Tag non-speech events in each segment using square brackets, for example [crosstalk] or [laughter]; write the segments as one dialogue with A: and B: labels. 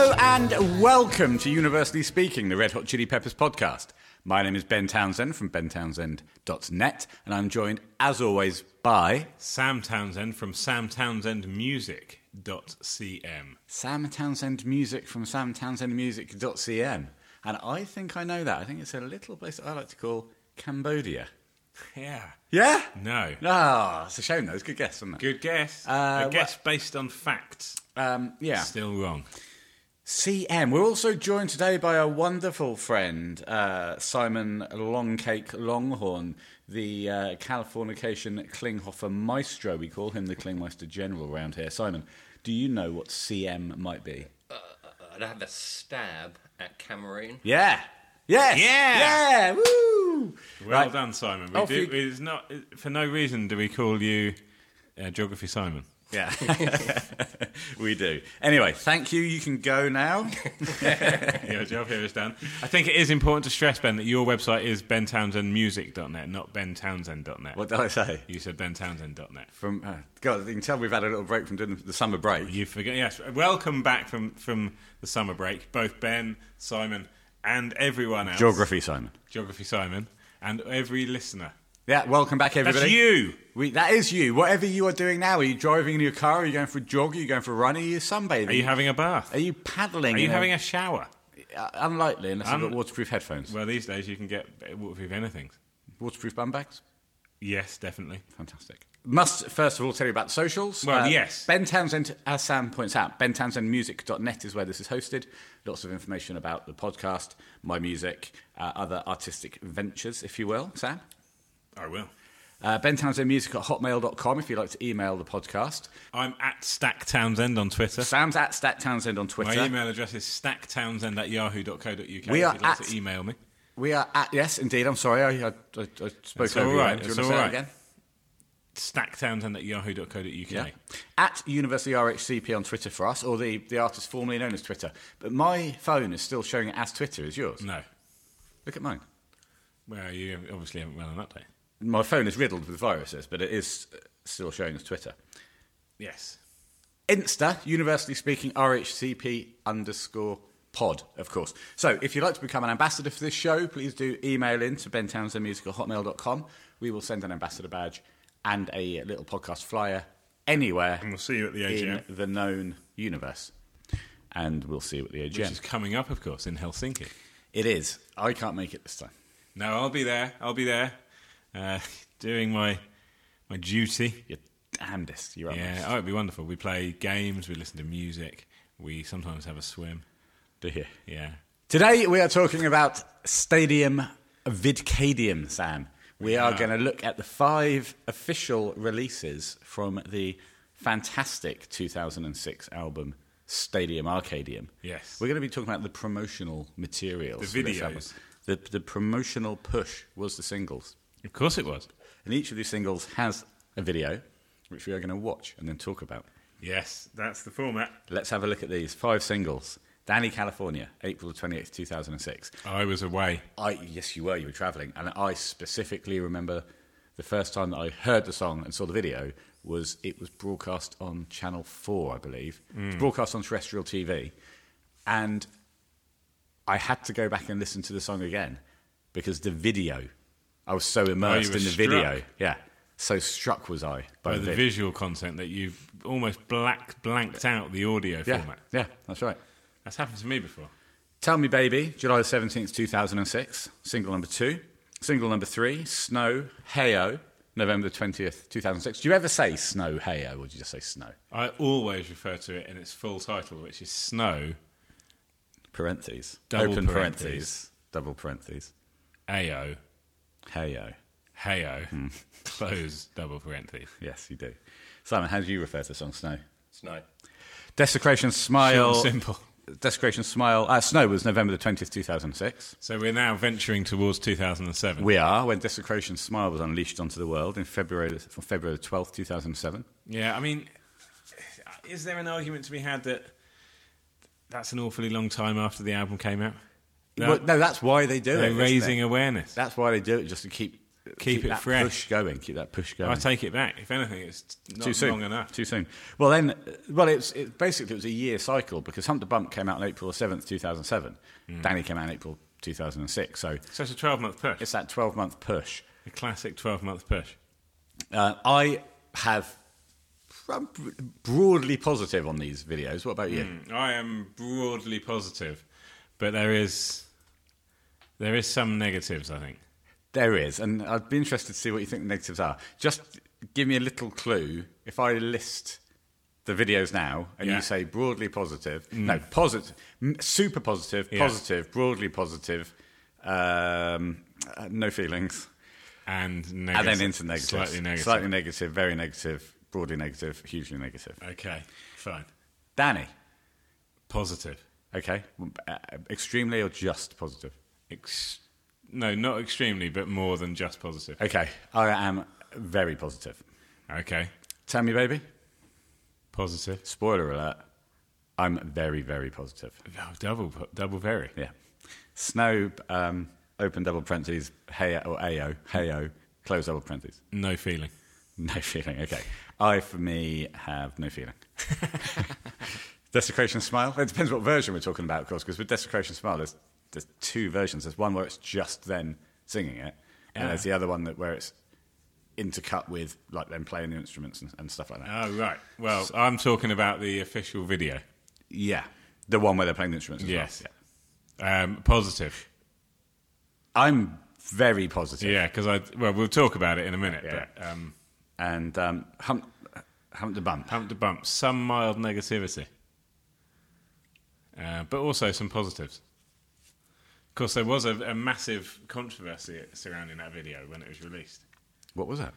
A: And welcome to Universally Speaking, the Red Hot Chili Peppers podcast. My name is Ben Townsend from bentownsend.net, and I'm joined, as always, by
B: Sam Townsend from samtownsendmusic.cm.
A: Sam Townsend Music from samtownsendmusic.cm. And I think I know that. I think it's a little place I like to call Cambodia.
B: Yeah.
A: Yeah?
B: No.
A: Ah, it's a shame, though. It's a good guess, isn't it?
B: Good guess.
A: Uh,
B: A guess based on facts.
A: Um, yeah.
B: Still wrong.
A: CM. We're also joined today by our wonderful friend, uh, Simon Longcake Longhorn, the uh, Californication Klinghoffer Maestro. We call him the Klingmeister General around here. Simon, do you know what CM might be?
C: I'd have a stab at Cameroon.
A: Yeah. Yes.
B: Yeah.
A: Yeah. Woo.
B: Well
A: Right.
B: done, Simon. We
A: Off
B: do,
A: you-
B: it's not, for no reason do we call you uh,
A: [laughs]
B: Geography Simon.
A: Yeah. [laughs] we do. Anyway, thank you. You can go
B: [laughs]
A: now.
B: Your job here is done. I think it is important to stress, Ben, that your website is bentownsendmusic.net, not bentownsend.net.
A: What did I say?
B: You said bentownsend.net.
A: From uh, God, you can tell we've had a little break from doing the summer break.
B: You forget. Yes, welcome back from from the summer break, both Ben, Simon, and everyone else.
A: Geography, Simon.
B: Geography Simon, and every listener.
A: Yeah. Welcome back,
B: That's
A: everybody.
B: you.
A: We, that is you. Whatever you are doing now, are you driving in your car? Are you going for a jog? Are you going for a run? Are you sunbathing?
B: Are you having a bath?
A: Are you paddling?
B: Are you having a shower?
A: unlikely unless
B: Un-
A: you've got waterproof headphones,
B: Well, these days you can get uh, waterproof anything.
A: waterproof bum bags.
B: Yes, definitely.
A: Fantastic. Must first of all tell you about socials. Uh,
B: Well, yes.
A: Ben Townsend, as Sam points out, bentownsendmusic.net is where this is hosted. Lots of information about the podcast, my music, uh, other artistic ventures, if you will. Sam?
B: I will.
A: Uh, ben Townsend Music at hotmail.com if you'd like to email the podcast.
B: I'm at Stack Townsend on Twitter.
A: Sam's at Stat Townsend on Twitter.
B: My email address is stacktownsend at yahoo.co.uk.
A: We
B: if
A: are
B: you'd like
A: at-
B: to email me.
A: We are at yes, indeed. I'm sorry, I, I, I, I spoke
B: It's all
A: over you.
B: right,
A: Do you want
B: it's
A: to
B: all
A: say
B: right.
A: that again?
B: Stacktownsend at yahoo.co.uk.
A: Yeah. At University RHCP on Twitter for us, or the, the artist formerly known as Twitter. But my phone is still showing it as Twitter. Is yours?
B: No.
A: Look at mine.
B: Well, you obviously haven't run an update.
A: My phone is riddled with viruses, but it is uh, still showing as Twitter.
B: Yes.
A: Insta, universally speaking, RHCP underscore pod, of course. So if you'd like to become an ambassador for this show, please do email in to bentownsendmusic.hotmail.com. We will send an ambassador badge and a little podcast flyer anywhere.
B: And we'll see you at the
A: in
B: AGM,
A: the known universe. And we'll see what the AGM.
B: which is coming up, of course, in Helsinki.
A: it is. I can't make it this time.
B: No, I'll be there. I'll be there, uh, [laughs] doing my my duty.
A: You're damnedest. You're
B: Yeah,
A: yeah,
B: oh, it'd be wonderful. We play games, we listen to music, we sometimes have a swim.
A: to here.
B: Yeah,
A: Today we are talking about Stadium Vidcadium, Sam. We are
B: Yeah.
A: going to look at the five official releases from the fantastic 2006 album Stadium Arcadium.
B: Yes.
A: We're going to be talking about the promotional materials.
B: The
A: for this
B: videos.
A: album. The, the promotional push was the singles.
B: of course it was.
A: And each of these singles has a video, which we are going to watch and then talk about.
B: Yes, that's the format.
A: Let's have a look at these five singles. Danny California, April twenty eighth, 2006.
B: I was away.
A: I, yes, you were, you were traveling. And I specifically remember the first time that I heard the song and saw the video was it was broadcast on Channel 4, I believe. It was broadcast on terrestrial TV. And I had to go back and listen to the song again because the video, I was so immersed
B: were
A: in the
B: struck.
A: video. Yeah. So struck was I by
B: By
A: the
B: the
A: video.
B: visual content that you've almost black blanked out the audio
A: Yeah,
B: format.
A: yeah, that's right.
B: That's happened to me before.
A: Tell Me Baby, July 17th, 2006, single number two. Single number three, Snow, Heyo, November 20th, 2006. Do you ever say Snow, Heyo, or do you just say Snow?
B: I always refer to it in its full title, which is Snow
A: Parentheses.
B: Double
A: Open
B: parentheses.
A: parentheses. Double parentheses.
B: Ao
A: Heyo.
B: Heyo close double parentheses.
A: Yes, you do. Simon, how do you refer to the song Snow?
C: Snow.
A: Desecration Smile.
B: Short and simple.
A: Desecration Smile. Uh, Snow was November the 20th, 2006.
B: So we're now venturing towards 2007.
A: We are when Desecration Smile was unleashed onto the world in February, from February the 12th, 2007.
B: Yeah, I mean, is there an argument to be had that that's an awfully long time after the album came out? No,
A: Well, no, that's why they do it.
B: they're
A: isn't it?
B: raising awareness.
A: That's why they do it, just to keep
B: Keep it
A: that
B: fresh.
A: push going. Keep that push going.
B: I take it back. If anything, it's not
A: Too soon.
B: long enough.
A: Too soon. Well, then, uh, well, it's it, basically it was a year cycle because Hump to Bump came out on April seventh, two thousand seven. Danny came out in April two thousand and six. So
B: So it's a 12 month push.
A: it's that twelve month push.
B: a classic 12 month push.
A: Uh, I have. I'm broadly positive on these videos. What about you?
B: Mm, I am broadly positive, but there is there is some negatives. I think.
A: There is, and I'd be interested to see what you think the negatives are. Just give me a little clue. If I list the videos now and
B: Yeah. Mm.
A: you say broadly positive, no, positive, super positive,
B: Yeah.
A: positive, broadly positive, um, uh, no feelings,
B: And
A: and
B: negative,
A: then into negatives.
B: Slightly negative.
A: Slightly negative, very negative, broadly negative, hugely negative.
B: Okay, fine.
A: Danny,
B: Positive.
A: okay, uh, extremely or just positive?
B: Ex- no, not extremely, but more than just positive.
A: Okay, I am very positive.
B: Okay,
A: Tell me, baby.
B: positive.
A: Spoiler alert, I'm very, very positive.
B: Oh, double, po- double, very.
A: Yeah. Snow, um, open double parentheses, hey or AO, heyo, close double parentheses.
B: No feeling.
A: No [laughs] feeling, okay. I, for me, have no feeling. [laughs] desecration Smile? It depends what version we're talking about, of course, because with Desecration Smile, there's, there's two versions. There's one where it's just them singing it, and
B: Yeah.
A: there's the other one that where it's intercut with like them playing the instruments and, and stuff like that.
B: Oh right. Well, I'm talking about the official video.
A: yeah. The one where they're playing the instruments as well.
B: Yes.
A: Yeah.
B: Um, positive.
A: I'm very positive.
B: Yeah, because I. Well, we'll talk about it in a minute.
A: Yeah.
B: But, um,
A: And um, hump, hump the bump.
B: Pump to bump, some mild negativity, uh, but also some positives. Of course, there was a, a massive controversy surrounding that video when it was released.
A: What was that?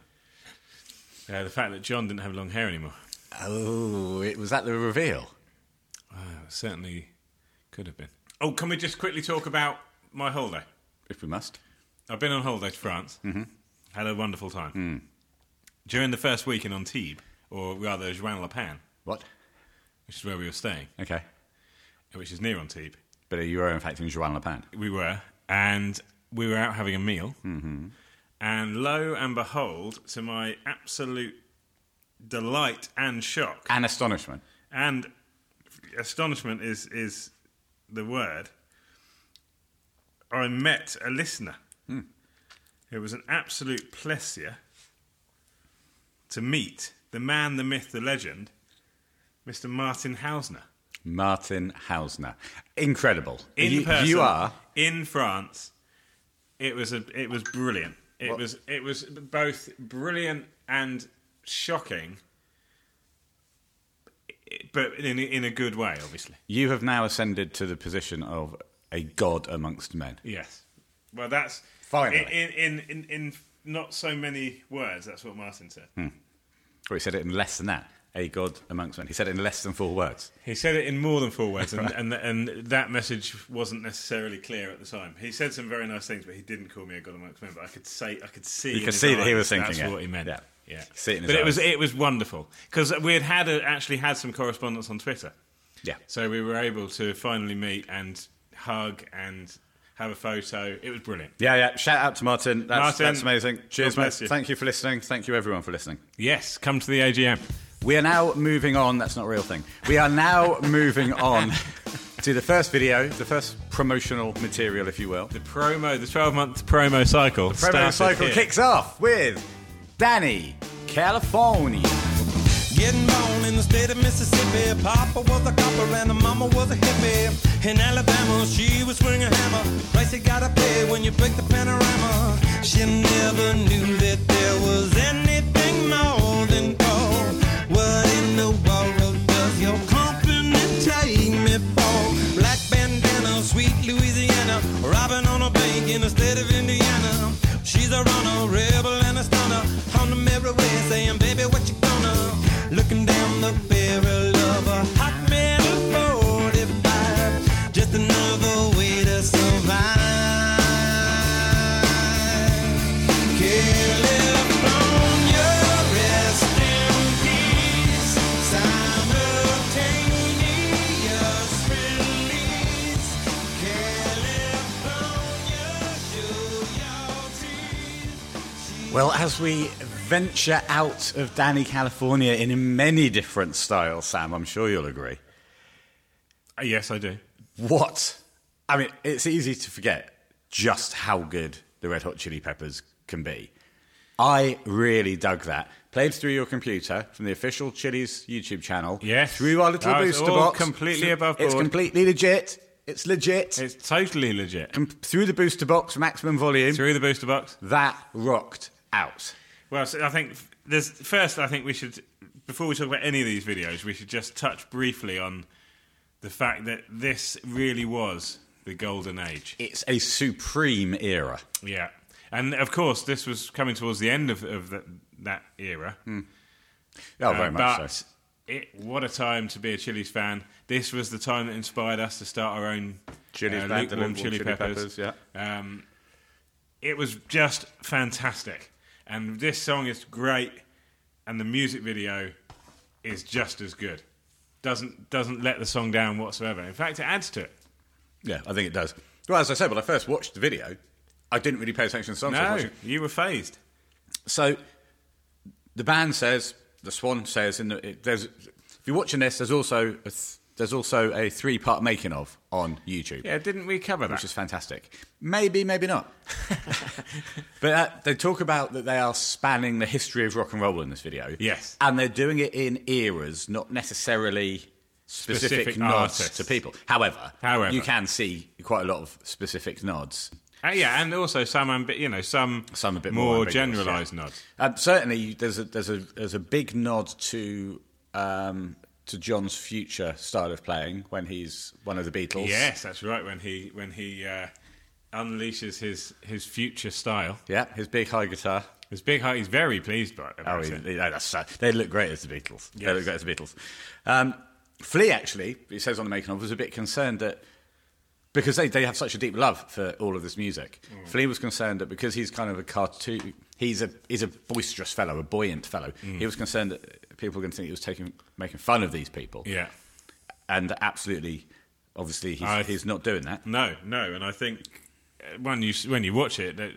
B: Uh, the fact that John didn't have long hair anymore
A: Oh, it was at the reveal.
B: uh, certainly could have been. Oh, can we just quickly talk about my holiday?
A: If we must.
B: I've been on holiday to France. Mm-hmm. Mm. Had a wonderful time. During the first week in Antibes, or rather Juan La Pan,
A: What?
B: which is where we were staying,
A: Okay.
B: which is near Antibes,
A: But you were, in fact, in Joanne Le Pan.
B: We were, and we were out having a meal. And lo and behold, to my absolute delight and shock
A: And astonishment.
B: and astonishment is is the word. I met a listener.
A: Hmm.
B: It was an absolute pleasure to meet the man, the myth, the legend, Mr. Martin Hausner.
A: Martin Hausner. Incredible.
B: in
A: you,
B: person,
A: you are.
B: in France. It was a, it was brilliant. It was it was both brilliant and shocking, but in a- in a good way, obviously.
A: You have now ascended to the position of a god amongst men.
B: Yes. Well, that's
A: Finally.
B: in in in, in, in not so many words. That's what Martin said.
A: Hmm. Or he said it in less than that. A god amongst men. He said it in less than four words.
B: He said it in more than four words,
A: [laughs]
B: and, and and that message wasn't necessarily clear at the time. He said some very nice things, but he didn't call me a god amongst men. But I could say, I could see, you
A: could see that he was thinking
B: That's
A: it.
B: what he meant.
A: Yeah.
B: Yeah,
A: See it in his
B: but it was
A: eyes.
B: it was wonderful because we had had a, actually had some correspondence on Twitter,
A: Yeah.
B: so we were able to finally meet and hug and have a photo. It was brilliant.
A: Yeah, yeah. Shout out to Martin. That's,
B: Martin,
A: that's amazing. Cheers,
B: God
A: mate.
B: bless you.
A: Thank you for listening. Thank you, everyone, for listening.
B: Yes, come to the AGM.
A: We are now moving on. That's not a real thing. We are now moving on to the first video, the first promotional material, if you will.
B: The promo, the twelve month promo cycle. The
A: Promo cycle kicks off with Danny California.
D: Getting born in the state of Mississippi. Papa was a copper and the mama was a hippie. In Alabama, she was swinging a hammer. Price you gotta pay when you break the panorama. She never knew that there was anything more than gold. What in the world does your company take me for? Black bandana, sweet Louisiana. Robbing on a bank in the state of Indiana. She's a runner, rebel and a stunner. On the merry way, saying, baby, what you gonna? Looking down the barrel of a hot metal 45. Just another way to survive. California, yeah.
A: Well, as we venture out of Danny California in many different styles, Sam, I'm sure you'll agree.
B: Uh, yes, I do.
A: What? I mean, it's easy to forget just how good the Red Hot Chili Peppers can be. I really dug that. Played through your computer from the official Chili's YouTube channel.
B: Yes.
A: Through our little
B: No, it's
A: booster
B: all
A: box.
B: completely
A: It's-
B: above
A: It's
B: board.
A: completely legit. It's legit.
B: It's totally legit.
A: Com- through the booster box, maximum volume.
B: Through the booster box.
A: That rocked out.
B: Well, so I think there's first. I think we should, before we talk about any of these videos, we should just touch briefly on the fact that this really was the golden age.
A: It's a supreme era.
B: Yeah, and of course, this was coming towards the end of, of the, that era.
A: Oh,
B: Uh,
A: very much
B: but
A: so.
B: It, what a time to be a Chili's fan. This was the time that inspired us to start our own
A: Chili's
B: uh,
A: brand, the
B: lukewarm
A: lukewarm
B: chili,
A: chili
B: peppers.
A: peppers,
B: yeah. Um, it was just fantastic. And this song is great and the music video is just as good. Doesn't doesn't let the song down whatsoever. In fact, it adds to it.
A: Yeah, I think it does. Well, as I said, when I first watched the video, I didn't really pay attention to the songs. I was
B: No,
A: watching.
B: you were phased.
A: So the band says, the Swan says, in the, it, there's, if you're watching this, there's also a th- there's also a three part making of on YouTube,
B: Yeah, didn't we cover that?
A: which is fantastic. Maybe, maybe
B: [laughs]
A: not. but uh, they talk about that they are spanning the history of rock and roll in this video.
B: Yes.
A: and they're doing it in eras, not necessarily. Specific,
B: Specific
A: nods
B: artists.
A: to people. However,
B: However.
A: you can see quite a lot of specific nods
B: Uh, yeah, and also some ambi- you know, some
A: Some a bit more
B: more,
A: ambiguous,
B: generalized nods.
A: Um, certainly, there's a there's a there's a big nod to um, to John's future style of playing when he's one of the Beatles.
B: Yes, that's right. When he when he uh, unleashes his his future style,
A: yeah, his big high guitar.
B: his big heart. He's very pleased by about
A: Oh, he,
B: it.
A: he- no, that's sad. they look great as the Beatles. They
B: Yes.
A: look great as the Beatles. Um, Flea actually, he says on the making of, was a bit concerned that because they, they have such a deep love for all of this music.
B: Mm.
A: Flea was concerned that because he's kind of a cartoon, he's a he's a boisterous fellow, a buoyant fellow.
B: Mm.
A: He was concerned that people were going to think he was taking making fun of these people.
B: Yeah.
A: and absolutely, obviously, he's,
B: I-
A: he's not doing that.
B: No, no, and I think uh, when you when you watch it, that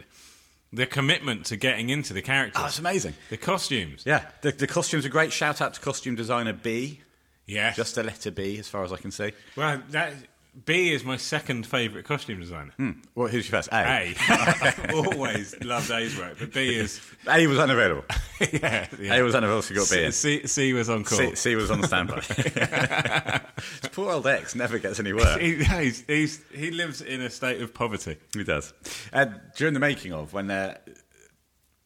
B: the commitment to getting into the characters,
A: Oh, it's amazing.
B: the costumes.
A: Yeah, the, the costumes are great. Shout out to costume designer B.
B: Yes.
A: Just the letter B, as far as I can see.
B: well, that B is my second favorite costume designer.
A: Well, who's your first? A. [laughs]
B: A, [laughs] I've always loved A's work, but B is
A: A, was unavailable.
B: yeah. yeah.
A: A was unavailable, so you got B. in.
B: C, C was on call.
A: C, C was on
B: [laughs]
A: standby. [laughs] Poor old X never gets any work.
B: He, he's, he's, he lives in a state of poverty.
A: He does. Uh, during the making of, when they're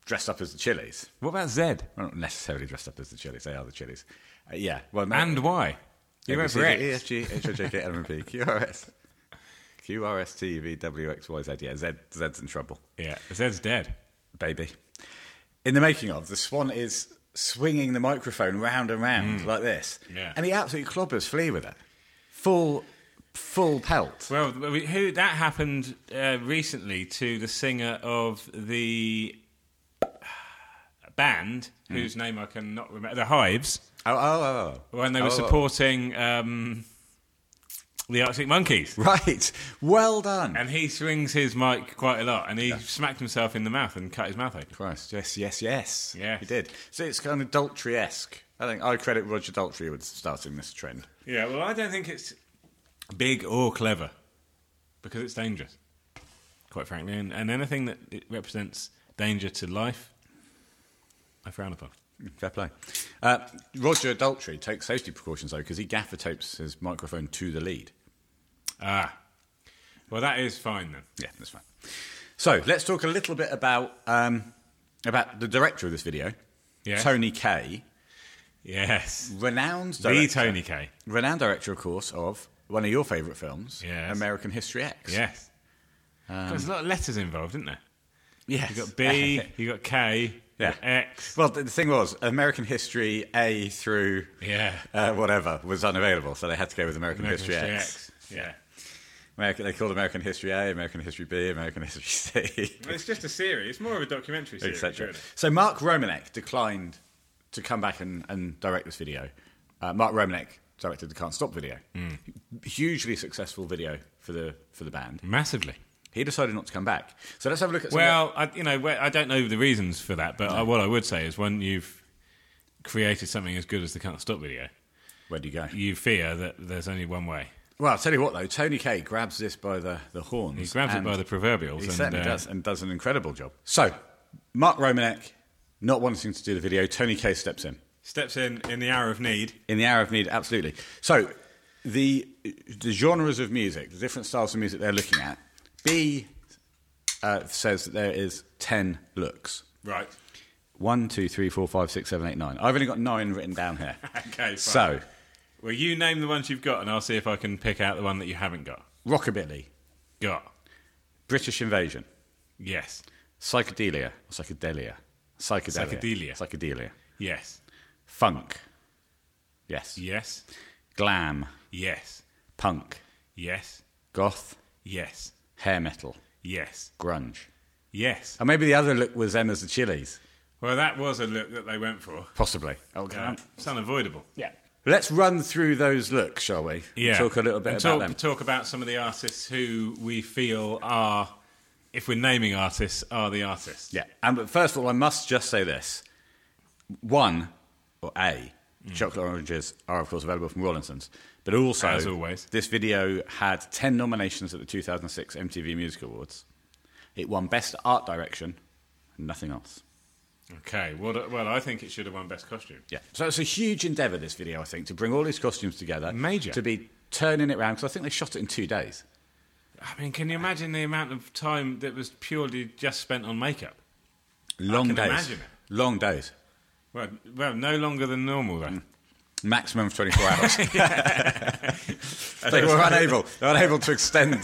A: dressed up as the Chili's,
B: What about Zed?
A: well, not necessarily dressed up as the Chili's, they are the Chili's. Uh, yeah. E Well, no-
B: And why? You went for
A: ABCD,
B: X.
A: EFG, HOJK, LMP, QRS. QRS, TV, WXYZ. Yeah, Z, Z's in trouble,
B: Yeah, Zed's dead.
A: baby. In the making of, the swan is swinging the microphone round and round like this.
B: Mm. Yeah.
A: And he absolutely clobbers Flea with it. Full, full pelt.
B: Well, we- who that happened uh, recently to the singer of the uh, band whose name I cannot remember, the Hives,
A: Oh, oh, oh.
B: when they were
A: Oh, oh.
B: supporting um, the Arctic Monkeys.
A: Right. Well done.
B: And he swings his mic quite a lot, and he smacked himself in the mouth and cut his mouth open.
A: Christ, yes, yes, yes.
B: Yes.
A: He did. So it's kind of Daltrey esque. I think I credit Roger Daltrey with starting this trend.
B: Yeah, well, I don't think it's big or clever because it's dangerous, quite frankly. And, and anything that it represents danger to life, I frown upon.
A: Fair play. Uh, Roger Daltrey takes safety precautions though because he gaffer tapes his microphone to the lead.
B: Ah, well, that is fine then.
A: Yeah, that's fine. So let's talk a little bit about um, about the director of this video,
B: Yes.
A: Tony Kay,
B: Yes,
A: renowned
B: the
A: director,
B: Tony K.
A: renowned director, of course, of one of your favourite films,
B: Yes.
A: American History X.
B: Yes,
A: Um,
B: there's a lot of letters involved, isn't there?
A: yes.
B: You
A: [laughs]
B: got B, you got K,
A: Yeah.
B: you got X.
A: well, the the thing was, American History A through
B: Yeah,
A: uh, whatever was unavailable, so they had to go with American,
B: American
A: History,
B: History
A: X.
B: Yeah,
A: American, they called American History A, American History B, American History C. [laughs]
B: Well, it's just a series. It's more of a documentary series,
A: etc.
B: really.
A: So Mark Romanek declined to come back and, and direct this video. Uh, Mark Romanek
B: Hmm.
A: directed the Can't Stop video, hugely successful video for the for the band.
B: Massively.
A: He decided not to come back. So let's have a look at some of
B: Well, I, you know, well, I don't know the reasons for that, but I, what I would say is when you've created something as good as the Can't Stop video,
A: the- where do you go?
B: you fear that there's only one way.
A: Well, I'll tell you what though, Tony K grabs this by the, the horns.
B: He grabs it
A: and
B: by the proverbials.
A: He
B: and,
A: certainly
B: uh,
A: does, and does an incredible job. So, Mark Romanek not wanting to do the video, Tony K steps in
E: Steps in in the hour of need.
A: in the hour of need. Absolutely. So, the the genres of music, the different styles of music they're looking at. B uh, says that there is ten looks.
B: [laughs]
E: Right.
A: One, two, three, four, five, six, seven, eight, nine. I've only got nine written down here.
E: Okay, fine.
A: So,
B: Well, you name the ones you've got, and I'll see if I can pick out the one that you haven't got.
A: rockabilly,
B: Got.
A: British invasion,
B: Yes.
A: psychedelia, psychedelia, psychedelia,
B: Psychedelia.
A: psychedelia,
B: Yes.
A: funk, yes,
B: Yes.
A: glam,
B: Yes.
A: punk,
B: Yes.
A: goth,
B: Yes.
A: hair metal,
B: Yes.
A: grunge.
B: Yes.
A: And maybe the other look was Emma's the Chili's,
B: Well, that was a look that they went for.
A: possibly. Okay.
B: Uh, it's unavoidable.
A: yeah. Let's run through those looks, shall we?
B: Yeah.
A: Talk a little bit
B: And
A: about
B: talk,
A: them.
B: Talk about some of the artists who we feel are, if we're naming artists, are the artists.
A: Yeah. And but first of all, I must just say this: one or a
B: Mm.
A: chocolate oranges are of course available from Rawlinson's, but also
B: As always.
A: this video had ten nominations at the 2006 MTV Music Awards. It won Best Art Direction, and nothing else.
B: Okay. Well, well, I think it should have won best costume.
A: Yeah. So it's a huge endeavour, this video, I think, to bring all these costumes together.
B: Major.
A: To be turning it around, because I think they shot it in two days.
B: I mean, can you imagine the amount of time that was purely just spent on makeup?
A: Long
B: can
A: days.
B: imagine it.
A: Long days.
B: Well, well, no longer than normal then.
A: Maximum of 24 hours.
B: [laughs]
A: [laughs] they were unable, they were unable to
B: [laughs]
A: extend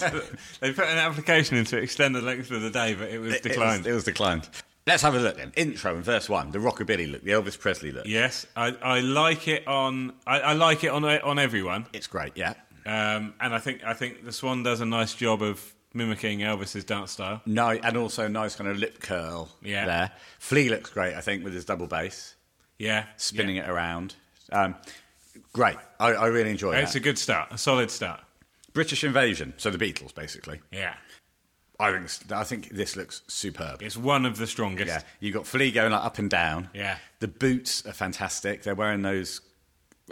B: They put an application in to extend the length of the day, but it was
A: It- it
B: declined.
A: was- It was, declined. Let's have a look then. Intro and verse one, the rockabilly look, the Elvis Presley look.
B: yes, I, I like it on I, I like it on on everyone,
A: It's great, yeah.
B: um, and I think I think the Swan does a nice job of mimicking Elvis's dance style.
A: No, and also a nice kind of lip curl
B: Yeah.
A: there. Flea looks great, I think, with his double bass,
B: Yeah,
A: spinning it around. Um, great. I, I really enjoy
B: Yeah.
A: that.
B: It's a good start, a solid start.
A: British invasion, so the Beatles, basically.
B: Yeah,
A: I think, s- I think this looks superb.
B: it's one of the strongest.
A: Yeah, you've got Flea going like up and down.
B: Yeah.
A: the boots are fantastic. They're wearing those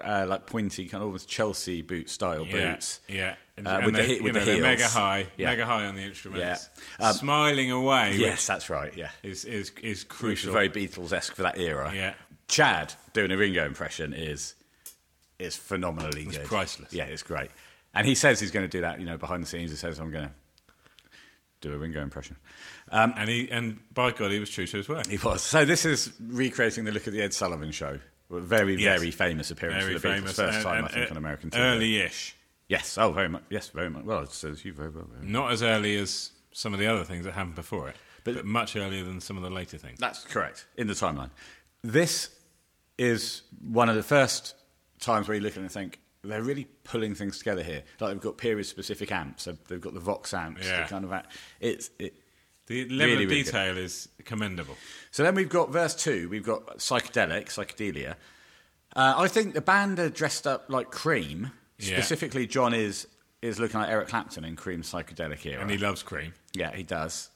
A: uh, like pointy, kind of almost Chelsea boot style
B: Yeah,
A: boots.
B: yeah. And,
A: Uh,
B: and
A: with the
B: they-
A: hit-
B: you
A: with
B: know,
A: the
B: they're mega
A: heels.
B: high,
A: Yeah.
B: mega high on the instruments,
A: Yeah. Um,
B: smiling away.
A: Yes, that's right. Yeah,
B: which is is is
A: which is
B: crucial.
A: very Beatles esque for that era.
B: Yeah.
A: Chad doing a Ringo impression is is phenomenally good.
B: priceless.
A: Yeah, it's great. And he says he's going to do that. You know, behind the scenes, he says I'm going to do a Ringo impression.
B: and he and by God, he was true to his word.
A: He was. So this is recreating the look of the Ed Sullivan show. A Very,
B: Yes.
A: very famous appearance
B: very
A: for the Beatles.
B: famous.
A: First
B: and-
A: time,
B: and,
A: I think,
B: uh,
A: on American TV.
B: Early-ish,
A: Yes. Oh, very much. Yes, very much. Well, it says you very well. very well.
B: not as early as some of the other things that happened before it,
A: But-
B: but, much earlier than some of the later things.
A: That's correct in the timeline. This is one of the first times where you look at it and think they're really pulling things together here. Like they've got period-specific amps. They've- They've got the Vox amps.
B: Yeah.
A: The kind of a- it's it.
B: The level
A: Really,
B: of
A: really
B: detail is commendable.
A: So then we've got verse two. We've got psychedelic, psychedelia. Uh, I think the band are dressed up like Cream.
B: Yeah.
A: Specifically, John is is looking like Eric Clapton in Cream's psychedelic era.
B: And he loves cream.
A: yeah, he does.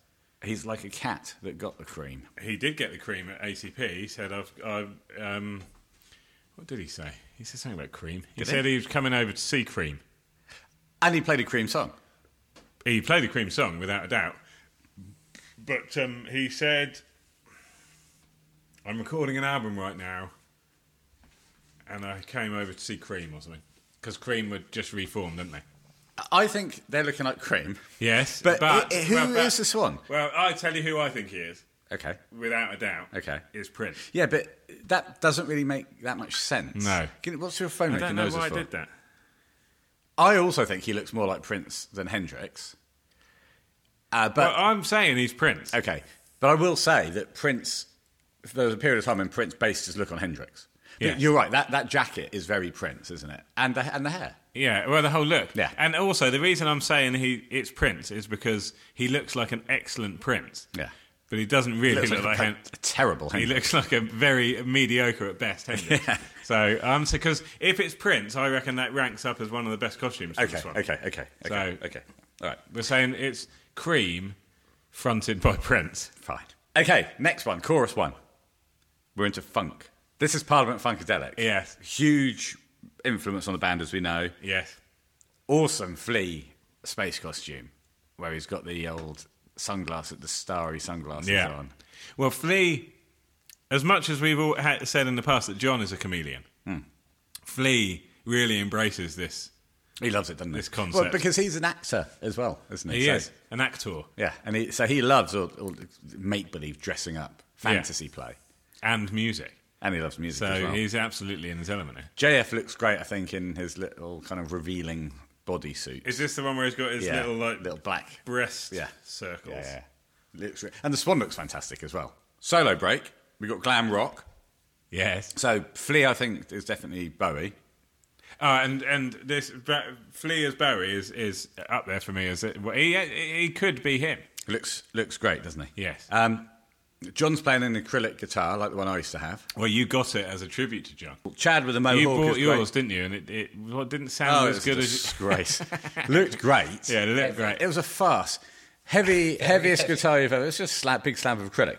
A: He's like a cat that got the cream.
B: He did get the cream at ACP. He said, "I've." I've um, what did he say? He said something about cream. He
A: Did he?
B: said he was coming over to see cream.
A: And he played a Cream song.
B: He played the cream song without a doubt, but um, he said, "I'm recording an album right now, and I came over to see Cream or something because Cream were just reformed, didn't they?"
A: I think they're looking like Cream.
B: Yes,
A: But
B: but,
A: i- i- who
B: but- but-
A: is the Swan?
B: Well, I tell you who I think he is,
A: Okay.
B: without a doubt.
A: Okay.
B: is Prince.
A: Yeah, but that doesn't really make that much sense.
B: No.
A: Can- What's your phone
B: I
A: making
B: don't know
A: noises
B: why I
A: for?
B: did that.
A: I also think he looks more like Prince than Hendrix. Uh, but
B: Well, I'm saying he's Prince.
A: Okay, but I will say that Prince. There was a period of time when Prince based his look on Hendrix. But
B: Yes.
A: You're right. That, that jacket is very Prince, isn't it? And the, and the hair.
B: Yeah, well, the whole look.
A: Yeah.
B: and also the reason I'm saying he it's Prince is because he looks like an excellent Prince.
A: Yeah.
B: but he doesn't really look like,
A: a,
B: Hen-
A: a terrible
B: He
A: Hendrix.
B: looks like a very mediocre at
A: [laughs]
B: best, Henry. So, um, because if it's Prince, I reckon that ranks up as one of the best costumes. for
A: okay,
B: this one.
A: okay, okay, okay,
B: So-
A: okay. All right.
B: We're saying it's Cream, fronted by Prince.
A: Fine. Okay, next one, chorus one. We're into funk. This is Parliament Funkadelic.
B: Yes.
A: Huge influence on the band, as we know.
B: Yes.
A: Awesome Flea space costume, where he's got the old sunglasses, the starry sunglasses
B: Yeah.
A: on.
B: Well, Flea, as much as we've all had said in the past that John is a chameleon,
A: Hmm.
B: Flea really embraces this.
A: He loves it, doesn't he?
B: This concept.
A: Well, because he's an actor as well, isn't he?
B: He
A: So-
B: is an actor
A: Yeah, and he, so he loves all, all make believe dressing up, fantasy play,
B: and music,
A: and he loves music
B: so
A: as well.
B: he's absolutely in his element. here.
A: JF looks great, I think, in his little kind of revealing bodysuit.
B: Is this the one where he's got his
A: Yeah,
B: little like
A: little black
B: breast
A: Yeah.
B: circles?
A: Yeah, yeah. Looks re- and the Swan looks fantastic as well. Solo break. We got glam rock.
B: Yes.
A: So Flea, I think, is definitely Bowie.
B: Uh, and and this Ba- Flea as Barry is is up there for me as it, well, he he could be him.
A: Looks looks great, doesn't he?
B: Yes.
A: Um, John's playing an acrylic guitar like the one I used to have.
B: Well, you got it as a tribute to John.
A: Chad with a mohawk.
B: You
A: is
B: bought
A: Oh, great.
B: yours, didn't you? And it, it well, it didn't sound
A: Oh, it
B: as
A: was good
B: good
A: a
B: as
A: disgrace.
B: [laughs]
A: looked great.
B: yeah, it looked great.
A: It was a farce. Heavy, heaviest guitar you've ever. It's just a slab, big slab of acrylic.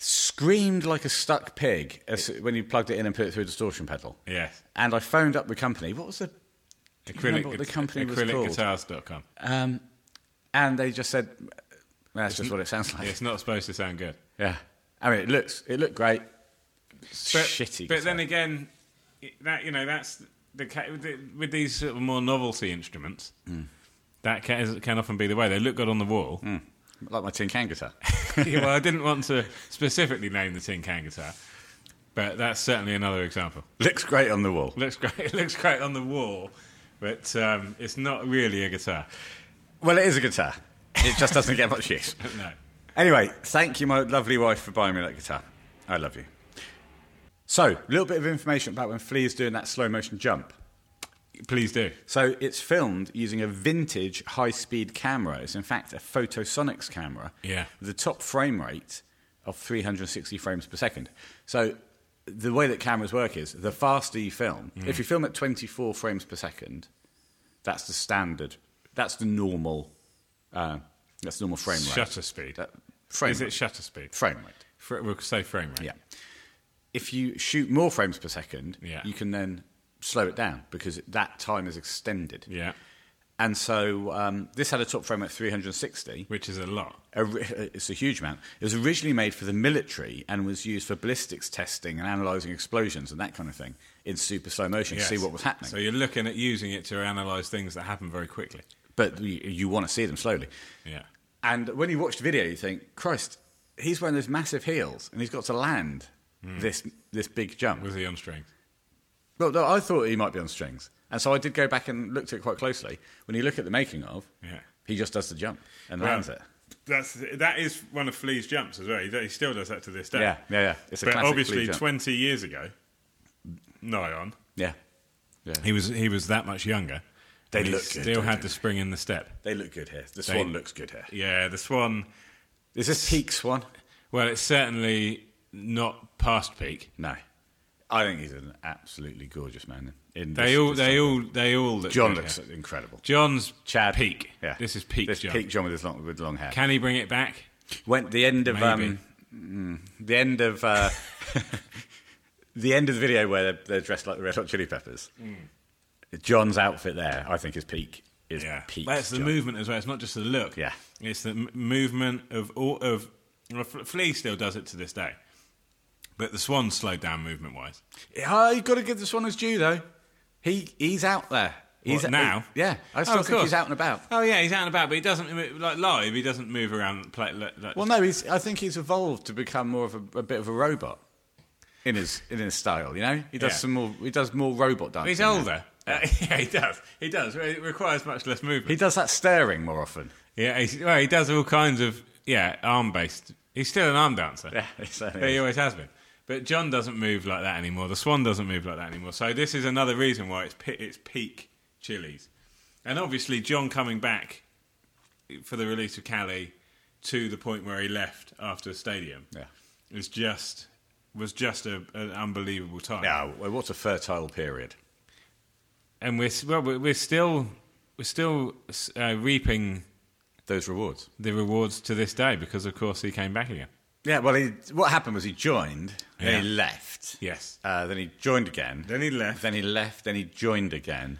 A: Screamed like a stuck pig as, when you plugged it in and put it through a distortion pedal.
B: Yes.
A: And I phoned up the company. What was the
B: Acrylic,
A: remember what the company was called?
B: acrylicguitars.com.
A: Um, and they just said, well, "That's just what it sounds like."
B: It's not supposed to sound good.
A: Yeah, I mean, it looks it looked great.
B: But,
A: Shitty.
B: But
A: guitar.
B: then again, it- that you know that's the ca- with the- with these sort of more novelty instruments.
A: Mm.
B: That can, can often be the way. They look good on the wall.
A: like my tin can guitar. [laughs]
B: Yeah, [laughs] well, I didn't want to specifically name the tin can guitar, but that's certainly another example. [laughs]
A: looks great on the wall.
B: Looks great. It looks great on the wall, but um, it's not really a guitar. [laughs]
A: Well, it is a guitar. It just doesn't get much use.
B: No.
A: Anyway, thank you, my lovely wife, for buying me that guitar. I love you. So, a little bit of information about when Flea is doing that slow motion jump.
B: Please do.
A: So, it's filmed using a vintage high speed camera. It's in fact a Photosonics camera
B: Yeah.
A: with a top frame rate of 360 frames per second. So, the way that cameras work is the faster you film,
B: Mm.
A: if you film at 24 frames per second, that's the standard, that's the normal, uh, that's the normal frame rate.
B: Shutter speed.
A: Uh, frame
B: Is it
A: rate.
B: shutter speed?
A: frame rate.
B: Fr- we'll say frame rate.
A: Yeah. If you shoot more frames per second,
B: Yeah.
A: you can then slow it down because that time is extended.
B: Yeah.
A: And so um, this had a top frame at 360.
B: Which is a lot.
A: Ori- It's a huge amount. It was originally made for the military and was used for ballistics testing and analysing explosions and that kind of thing in super slow motion to
B: Yes.
A: see what was happening.
B: So you're looking at using it to analyse things that happen very quickly.
A: but you, you want to see them slowly.
B: Yeah.
A: And when you watch the video, you think, Christ, he's wearing those massive heels and he's got to land
B: Hmm.
A: this, this big jump.
B: With the on strings.
A: Well, no, I thought he might be on strings, and so I did go back and looked at it quite closely. When you look at the making of,
B: Yeah.
A: he just does the jump and
B: Well,
A: lands it.
B: That's that is one of Flea's jumps as well. He, he still does that to this day.
A: Yeah, yeah, yeah. It's a
B: but
A: classic
B: obviously,
A: Flea jump.
B: twenty years ago, nigh on,
A: Yeah,
B: he was he was that much younger.
A: They
B: and he
A: look good,
B: still
A: don't
B: had
A: they?
B: the spring in the step.
A: they look good here. The
B: Swan
A: looks good here.
B: Yeah, the swan.
A: Is this peak Swan?
B: Well, it's certainly not past peak.
A: No, I think he's an absolutely gorgeous man. In
B: They
A: this-
B: all,
A: this
B: they
A: time.
B: all, they all. Look
A: John
B: good
A: looks
B: here.
A: incredible.
B: John's
A: Chad
B: peak.
A: Yeah,
B: this is peak.
A: This
B: John.
A: peak John with his long with long hair.
B: Can he bring it back?
A: Went the end of um,
B: Maybe.
A: mm, the end of uh, [laughs] the end of the video where they're, they're dressed like the Red Hot Chili Peppers.
B: Mm.
A: John's outfit there, I think, is peak. Is peak.
B: That's the
A: John.
B: movement as well. It's not just the look.
A: Yeah.
B: it's the m- movement of all of. Well, F- Flea still does it to this day, but the Swan slowed down movement wise.
A: Oh, you've got to give this one his due though. He he's out there. He's
B: What, now?
A: he- yeah, I still
B: Oh, of
A: think he's
B: course.
A: out and about.
B: Oh yeah, he's out and about, but he doesn't mo- like live. He doesn't move around. Play, like, like-
A: Well, no, he's. I think he's evolved to become more of a, a bit of a robot in his in his style. You know, he does
B: Yeah.
A: some more. He does more robot dancing.
B: he's
A: now.
B: older. [laughs] Uh, yeah, he does. He does. It requires much less movement.
A: He does that staring more often.
B: Yeah, he's, well, he does all kinds of yeah arm based. He's still an arm dancer.
A: Yeah, he certainly
B: But he
A: is.
B: always has been. But John doesn't move like that anymore. The Swan doesn't move like that anymore. So this is another reason why it's pe- it's peak Chili's, and obviously John coming back for the release of Cali to the point where he left after the stadium
A: Yeah.
B: is just was just a, an unbelievable time.
A: Yeah, well, what a fertile period.
B: and we're s- well, we're we're still we're still uh, reaping
A: those rewards.
B: the rewards to this day because, of course, he came back again.
A: Yeah, well, he, what happened was he joined, then he
B: Yeah.
A: left.
B: Yes.
A: Uh, then he joined again.
E: Then he left.
A: Then he left. Then he joined again,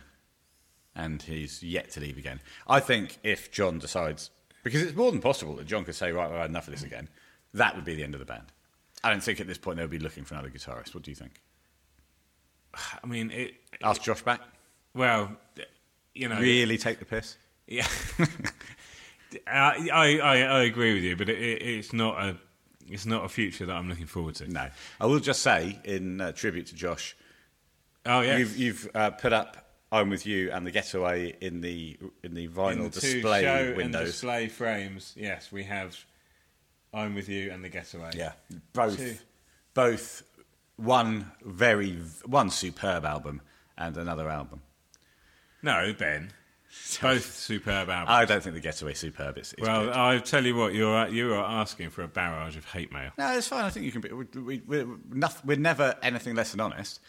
A: and he's yet to leave again. I think if John decides, because it's more than possible that John could say, "Right, I've had enough of this again," that would be the end of the band. I don't think at this point they'll be looking for another guitarist. What do you think?
B: I mean, it.
A: Ask Josh back.
B: Well, you know.
A: Really take the piss.
B: [laughs] Yeah. I, I, I I agree with you, but it, it, it's not a it's not a future that I'm looking forward to.
A: No, I will just say in uh, tribute to Josh,
B: Oh yeah.
A: you've you've uh, put up "I'm with You" and "The Getaway" in the in the vinyl
B: in the two
A: display
B: show and
A: windows.
B: display frames, yes, we have I'm with you and the getaway.
A: Yeah, both,
B: Two.
A: both, one very one superb album and another album.
B: No,
A: [laughs]
B: Ben. Both superb albums.
A: I don't think the Getaway is superb. It's, it's
B: well, uh,
A: good.
B: I'll tell you what, you're you are asking for a barrage of hate mail.
A: no, it's fine. I think you can be. We, we, we're, noth- we're never anything less than honest.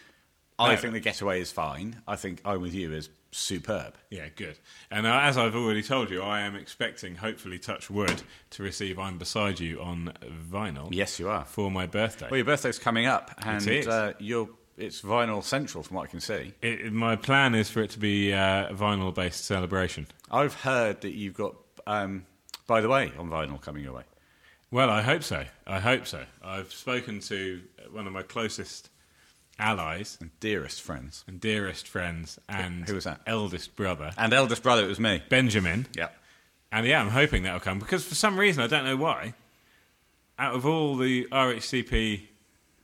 A: I
B: No.
A: think the Getaway is fine. I think I'm with you is superb.
B: Yeah, good. And uh, as I've already told you, I am expecting, hopefully, touch wood, to receive "I'm Beside You" on vinyl.
A: Yes, you are.
B: for my birthday.
A: Well, your birthday's coming up, and
B: is.
A: Uh, you're. It's vinyl central, from what I can see.
B: It, my plan is for it to be uh, a vinyl-based celebration.
A: I've heard that you've got, um, by the way, on vinyl coming your way.
B: Well, I hope so. I hope so. I've spoken to one of my closest allies
A: Dearest friends
B: and dearest friends and
A: Who was that?
B: eldest brother,
A: and eldest brother, it was me.
B: Benjamin.
A: Yeah.
B: And yeah, I'm hoping that'll come because for some reason, I don't know why, out of all the RHCP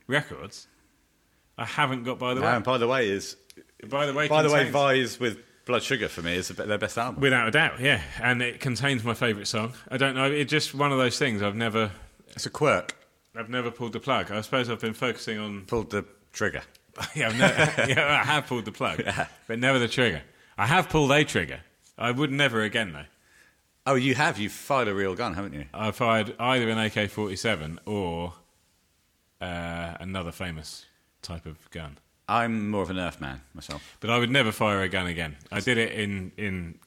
B: records, I haven't got By the
A: And
B: Way.
A: by the way, is
B: By the Way,
A: By the way,
B: contains-
A: Vies with Blood Sugar for me is their best album.
B: without a doubt, yeah. And it contains my favourite song. I don't know. It's just one of those things I've never
A: It's a quirk.
B: I've never pulled the plug. I suppose I've been
A: [laughs]
B: focusing on.
A: Pulled the trigger.
B: Yeah, I've never, [laughs] yeah I have pulled the plug, but never the trigger. I have pulled a trigger. I would never again though.
A: Oh, you have. You've fired a real gun, haven't you?
B: I fired either an AK forty-seven or uh, another famous type of gun.
A: I'm more of an Earth man myself.
B: But I would never fire a gun again. I did it in in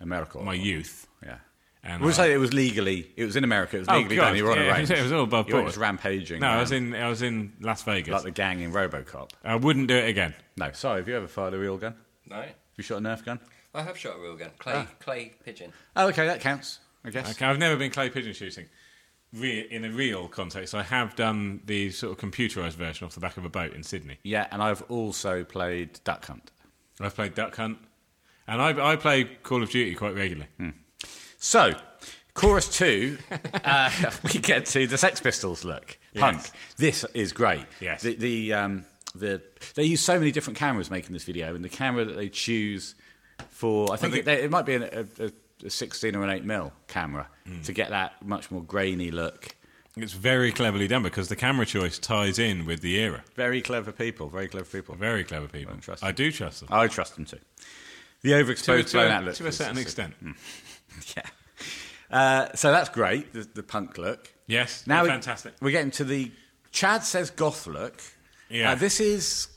A: America.
B: my youth.
A: Yeah.
B: And
A: We'll
B: I-
A: say it was legally. It was in America. It was
B: Oh,
A: legally
B: God,
A: done. You were on
B: yeah, [laughs]
A: a range.
B: it was all above
A: You were
B: board.
A: just rampaging.
B: no, I
A: around,
B: was in I was in Las Vegas.
A: like the gang in RoboCop.
B: I wouldn't do it again.
A: No, sorry. Have you ever fired a real gun? Have
C: No,
A: you shot an Nerf gun?
C: I have shot a real gun. Clay,
A: Ah.
C: clay pigeon.
A: Oh, okay, that counts. I guess.
B: Okay, I've never been clay pigeon shooting. Re- in a real context, I have done the sort of computerized version off the back of a boat in Sydney.
A: Yeah, and I've also played Duck Hunt.
B: I've played Duck Hunt, and I, I play Call of Duty quite regularly.
A: Mm. So, chorus two, uh, [laughs] we get to the Sex Pistols look. Punk. This is great.
B: Yes.
A: The, the, um, the, they use so many different cameras making this video, and the camera that they choose for, I think
B: they-
A: it, they, it might be an, a, a, a 16 or an 8 mil camera
B: Hmm.
A: to get that much more grainy look.
B: It's very cleverly done because the camera choice ties in with the era.
A: Very clever people, very clever people.
B: Very clever people.
A: Well, trust
B: I
A: them.
B: do trust them.
A: I trust them too. The
B: to, a-
A: overexposed
B: to
A: blown
B: a-
A: out look
B: to a
A: is- Mm.
B: certain
A: is-
B: extent.
A: [laughs] Yeah. Uh, so that's great, the, the punk look.
B: Yes,
A: Now we-
B: Oh, fantastic.
A: We're getting to the Chad says goth look.
B: Yeah.
A: Uh, this is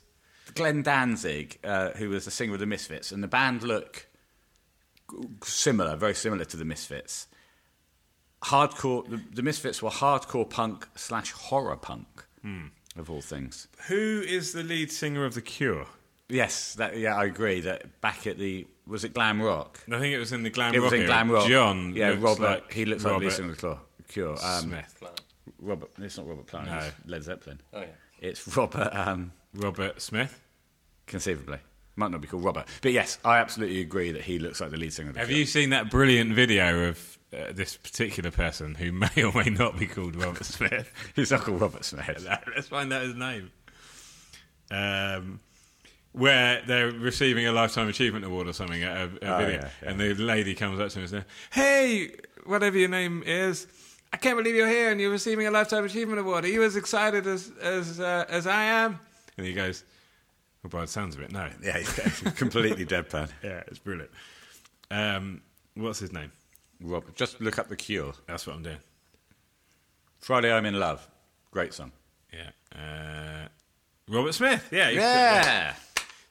A: Glenn Danzig, uh, who was the singer of the Misfits, and the band look g- similar, very similar to the Misfits. Hardcore. The, the Misfits were hardcore punk slash horror punk
B: Hmm.
A: of all things.
B: Who is the lead singer of The Cure?
A: Yes, that, yeah, I agree. That back at the was it glam rock?
B: I think it was in the glam
A: It
B: rock
A: was in
B: era.
A: glam rock.
B: John,
A: yeah,
B: looks
A: Robert.
B: Like
A: he looks
B: Robert
A: like Lisa McClure. Cure. Um,
B: Smith.
C: Plant.
A: Robert. It's not Robert Plant.
B: No.
A: It's Led Zeppelin.
C: Oh yeah.
A: It's Robert. Um,
B: Robert Smith.
A: conceivably. Might not be called Robert, but yes, I absolutely agree that he looks like the lead singer. Of the
B: Have
A: [laughs] Cure.
B: you seen that brilliant video of uh, this particular person who [laughs] may or may not be called Robert Smith? [laughs]
A: His uncle Robert Smith.
B: Let's find out his name. Um, where they're receiving a lifetime achievement award or something at a, a
A: Oh,
B: video,
A: yeah, yeah.
B: and the lady comes up to him and says, "Hey, whatever your name is." I can't believe you're here and you're receiving a lifetime achievement award. Are you as excited as as uh, as I am? And he goes, "Well, by the sounds of it, no."
A: Yeah, he's [laughs] completely deadpan.
B: Yeah, it's brilliant. Um, what's his name?
A: Robert, just look up the Cure.
B: That's what I'm doing.
A: Friday, I'm in love. Great song.
B: Yeah. Uh, Robert Smith. Yeah. he's-
A: Yeah,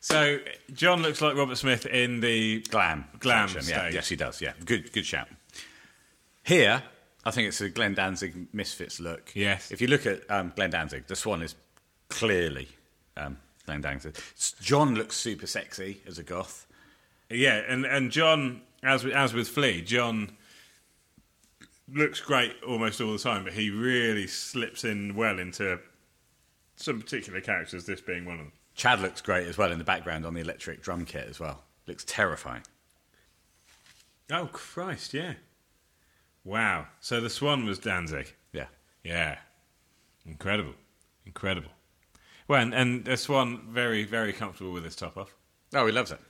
B: So John looks like Robert Smith in the
A: glam,
B: Glam
A: section, Yeah,
B: stage.
A: yes, he does. Yeah, good, good shout. Here, I think it's a Glenn Danzig Misfits look.
B: Yes.
A: If you look at um, Glenn Danzig, the swan is clearly um, Glenn Danzig. S- John looks super sexy as a goth.
B: Yeah, and and John, as with, as with Flea, John looks great almost all the time, but he really slips in well into some particular characters. This being one of them.
A: Chad looks great as well in the background on the electric drum kit as well. Looks terrifying.
B: Oh Christ! Yeah. Wow. So the Swan was Danzig.
A: Yeah.
B: Yeah. Incredible. Incredible. Well, and, and the Swan very very comfortable with his top off.
A: Oh, he loves it.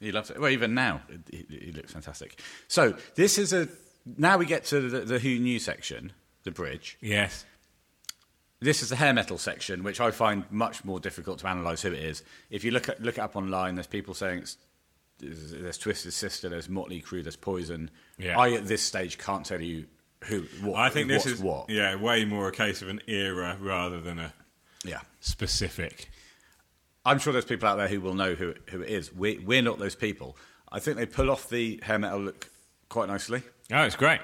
A: He loves it. Well, even now, he, he looks fantastic. So this is a. Now we get to the, the Who Knew section, the bridge.
B: Yes.
A: This is the hair metal section, which I find much more difficult to analyse who it is. If you look at, look it up online, there's people saying it's, there's, there's Twisted Sister, there's Motley Crue, there's Poison.
B: Yeah.
A: I at this stage can't tell you who what.
B: I think this
A: what's
B: is
A: what.
B: yeah way more a case of an era rather than a
A: yeah.
B: specific.
A: I'm sure there's people out there who will know who who it is. We we're not those people. I think they pull off the hair metal look quite nicely.
B: Oh, it's great.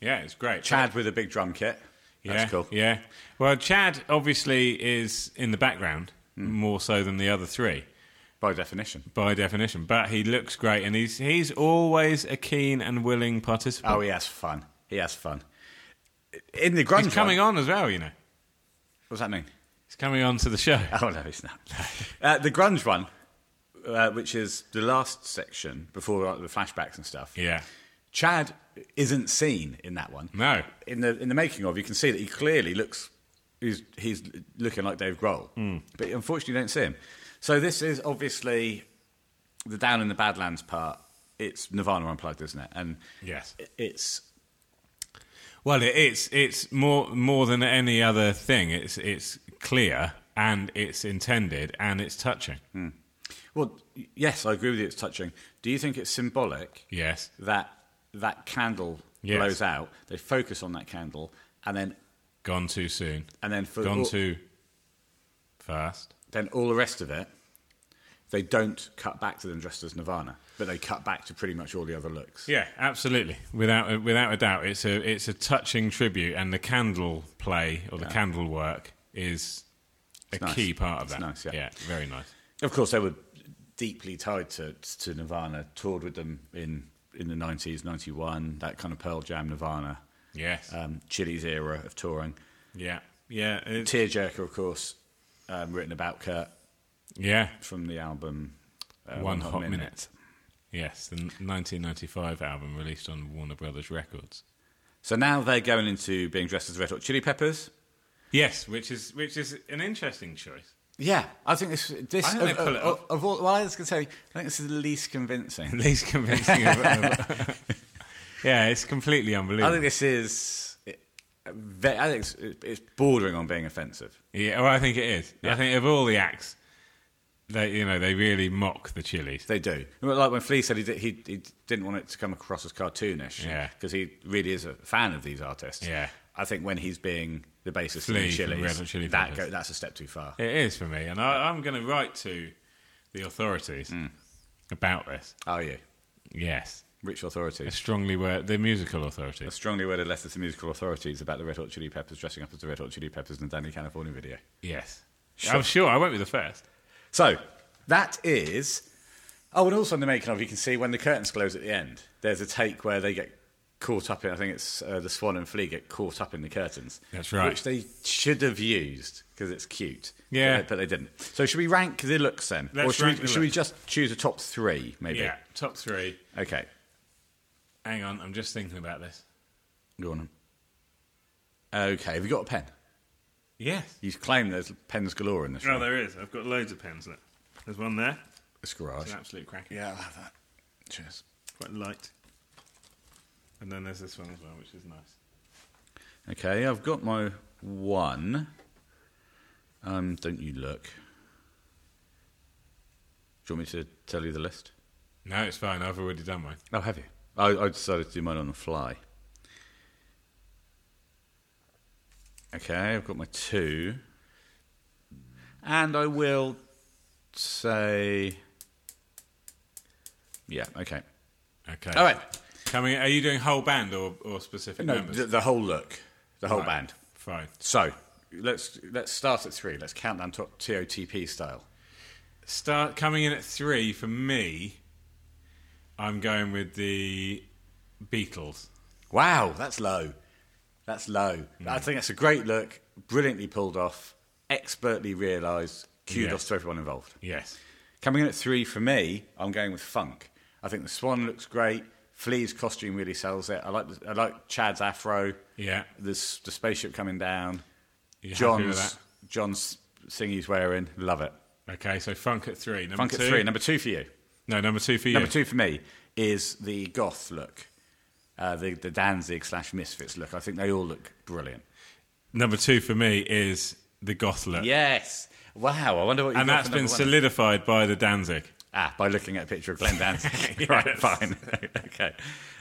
B: Yeah, it's great.
A: Chad with a big drum kit.
B: yeah,
A: That's cool.
B: Yeah. Well, Chad obviously is in the background
A: Hmm.
B: more so than the other three
A: By definition.
B: by definition, but he looks great and he's he's always a keen and willing participant.
A: Oh, he has fun. He has fun. In the grunge.
B: he's coming
A: one-
B: on as well, you know.
A: What does that mean?
B: He's coming on to the show.
A: Oh no, he's not. [laughs] uh, the grunge one, uh, which is the last section before uh, the flashbacks and stuff.
B: Yeah.
A: Chad isn't seen in that one.
B: No.
A: In the in the making of, you can see that he clearly looks he's he's looking like Dave Grohl,
B: Hmm.
A: but unfortunately, you don't see him. So this is obviously the Down in the Badlands part. It's Nirvana unplugged, isn't it? And
B: Yes.
A: it's
B: Well, it, it's it's more more than any other thing. It's it's clear and it's intended and it's touching.
A: Hmm. well, y- yes, I agree with you. It's touching. Do you think it's symbolic?
B: Yes.
A: that that candle
B: Yes.
A: blows out. They focus on that candle, and then
B: Gone too soon.
A: and then for
B: Gone
A: all,
B: too fast.
A: then all the rest of it, they don't cut back to them dressed as Nirvana, but they cut back to pretty much all the other looks.
B: Yeah, absolutely. Without without a doubt, it's a it's a touching tribute, and the candle play or the candle work is a
A: nice.
B: key part of
A: It's
B: that.
A: nice, yeah.
B: very nice.
A: Of course, they were deeply tied to to Nirvana. Toured with them in in the nineties, ninety one, that kind of Pearl Jam Nirvana,
B: Yes.
A: um, Chili's era of touring.
B: yeah. Yeah. It's,
A: Tearjerker, of course, um, written about Kurt
B: yeah.
A: from the album uh,
B: One Hot Minute. Yes, the 1995 album released on Warner Brothers Records.
A: So now they're going into being dressed as Red Hot Chili Peppers.
B: Yes, which is which is an interesting choice. [laughs]
A: Yeah, I think this. this
B: I think
A: of,
B: they pull it
A: of-
B: off.
A: of all, well, I was going to say, I think this is the least convincing.
B: Least convincing. of,
E: [laughs]
B: of- yeah, it's completely
A: I
B: unbelievable.
A: think this is. ve- I think it's, it's bordering on being offensive.
B: yeah, well, I think it is. I think of all the acts, they you know they really mock the Chili's.
A: They do. Well, Like when Flea said he, did, he, he didn't want it to come across as cartoonish.
B: Yeah.
A: Because he really is a fan of these artists.
B: Yeah.
A: I think when he's being the basis of
B: Flea
A: the
B: from Red Hot
A: Chili's,
B: Chili
A: that
B: Peppers.
A: go, that's a step too far.
B: It is for me, and I, I'm going to write to the authorities
E: Mm.
B: about this.
A: Are you?
B: Yes,
A: Oh, Rich authorities.
B: I strongly word the musical authorities.
A: strongly worded letter to musical authorities about the Red Hot Chili Peppers dressing up as the Red Hot Chili Peppers in the Danny California video.
B: Yes, I'm sure I won't be the first.
A: So that is. Oh, and also in the making of, you can see when the curtains close at the end. There's a take where they get caught up in. I think it's uh, the Swan and Flea get caught up in the curtains.
B: That's right.
A: Which they should have used because it's cute.
B: Yeah.
A: but, but they didn't. So should we rank the looks then,
B: Let's
A: or should,
B: rank
A: we,
B: the
A: should we
B: looks.
A: just choose a top three? Maybe.
B: Yeah, top three.
A: Okay.
B: Hang on, I'm just thinking about this.
A: Go on. Okay. Have you got a pen?
B: Yes.
A: You claim there's pens galore in this
E: Oh,
A: room.
E: there is. I've got loads of pens. Look, there's one there.
A: This garage.
E: An absolute crack.
A: Yeah, I'll have that. Cheers.
E: Quite light. And then there's this one as well, which is nice.
A: Okay, I've got my one. Um, don't you look. Do you want me to tell you the list?
B: No, it's fine. I've already done mine.
A: Oh, have you? I, I decided to do mine on the fly. Okay, I've got my two. And I will say. Yeah, okay.
B: Okay.
A: All right.
B: Coming, are you doing whole band or, or specific
A: No,
B: members?
A: the, the whole look, the whole band.
B: Fine.
A: So let's let's start at three. Let's count down top TOTP style.
B: Start coming in at three for me. I'm going with the Beatles.
A: Wow, that's low. That's low. I think that's a great look, brilliantly pulled off, expertly realised. Kudos
B: Yes.
A: to everyone involved.
B: Yes.
A: Coming in at three for me, I'm going with funk. I think the swan looks great. Flea's costume really sells it. I like the, I like Chad's afro.
B: Yeah.
A: This the spaceship coming down.
B: You happy with
A: John's John's thing he's wearing. Love it.
B: that? Okay, so funk at three. Number
A: Funk
B: two.
A: at three. Number two for you.
B: no, number two for you.
A: Number two for me is the goth look, uh, the the Danzig slash Misfits look. I think they all look brilliant.
B: Number two for me is the goth look.
A: Yes. Wow. I wonder what. you
B: And
A: got
B: that's
A: for number
B: been
A: one.
B: solidified by the Danzig.
A: Ah, by looking at a picture of Glenn
B: [laughs]
A: Danzig. [laughs] Right, fine. okay.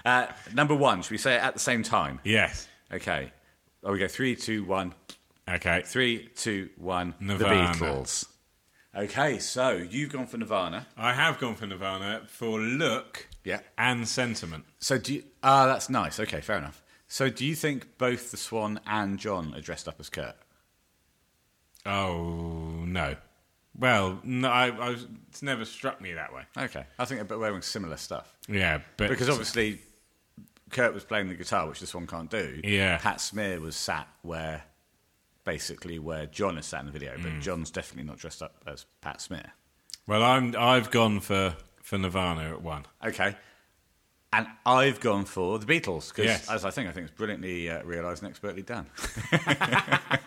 A: Uh, number one, should we say it at the same time?
B: Yes.
A: Okay. Oh, we go three, two, one.
B: Okay.
A: Three, two, one.
B: Nirvana.
A: The Beatles. Okay, so you've gone for Nirvana.
B: I have gone for Nirvana for look
A: Yeah.
B: and sentiment.
A: So do you, ah, that's nice. Okay, fair enough. So do you think both the Swan and John are dressed up as Kurt?
B: Oh no. Well, no, I, I was, it's never struck me that way.
A: Okay, I think they're wearing similar stuff
B: Yeah, but
A: because obviously Kurt was playing the guitar, which the Swan can't do.
B: Yeah.
A: Pat Smear was sat where, basically where John is sat in the video, but
B: Mm.
A: John's definitely not dressed up as Pat Smear.
B: well, I'm I've gone for for Nirvana at one. [laughs]
A: Okay. And I've gone for the Beatles because,
B: Yes.
A: as I think, I think it's brilliantly uh, realised and expertly done. [laughs]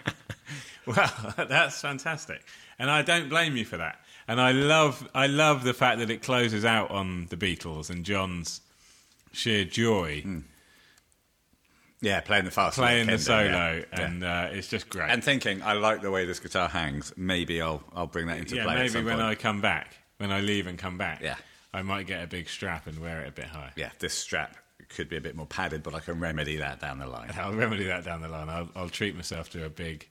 B: Well, that's fantastic, and I don't blame you for that. And I love I love the fact that it closes out on the Beatles and John's sheer joy
A: Mm, yeah, playing the fast, lane,
B: playing the
A: Kendo, yeah.
B: solo,
A: Yeah.
B: and uh, it's just great.
A: and thinking, I like the way this guitar hangs. Maybe I'll I'll bring that into
B: yeah,
A: play. at
B: maybe
A: some
B: when
A: point.
B: I come back, when I leave and come back,
A: Yeah.
B: I might get a big strap and wear it a bit high.
A: yeah, this strap could be a bit more padded, but I can remedy that down the line.
B: [laughs] I'll remedy that down the line. I'll, I'll treat myself to a big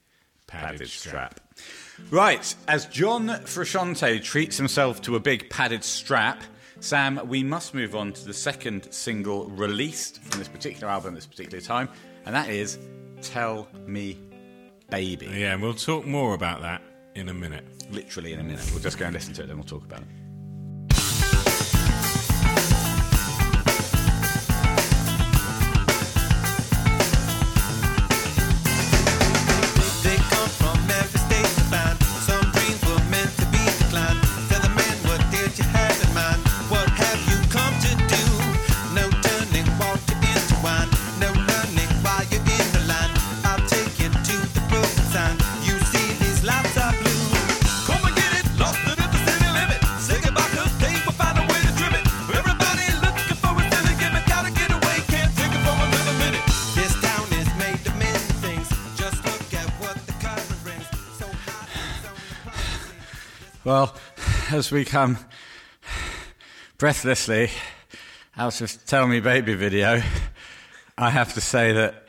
B: padded,
A: Padded
B: strap.
A: strap. Right, as John Frusciante treats himself to a big padded strap, Sam, we must move on to the second single released from this particular album at this particular time, and that is Tell Me Baby.
B: Yeah, and we'll talk more about that in a minute.
A: Literally in a minute. We'll just go and listen to it, then we'll talk about it.
D: They come from every state to find some dreams were meant to be declined. Tell the man, what did you have in mind? What have you come to do? No turning water into wine, no learning while you're in the line. I'll take you to the broken sign. You see these lights are blue. Come and get it, lost it at the city limit. Sick about the thing, but find a way to trim it. Everybody looking for a silly gimmick, gotta get away, can't take it for another minute. This town is made of many things. Just look at what the current brings. So high, so
A: Well, [sighs] as we come breathlessly out of Tell Me Baby video, I have to say that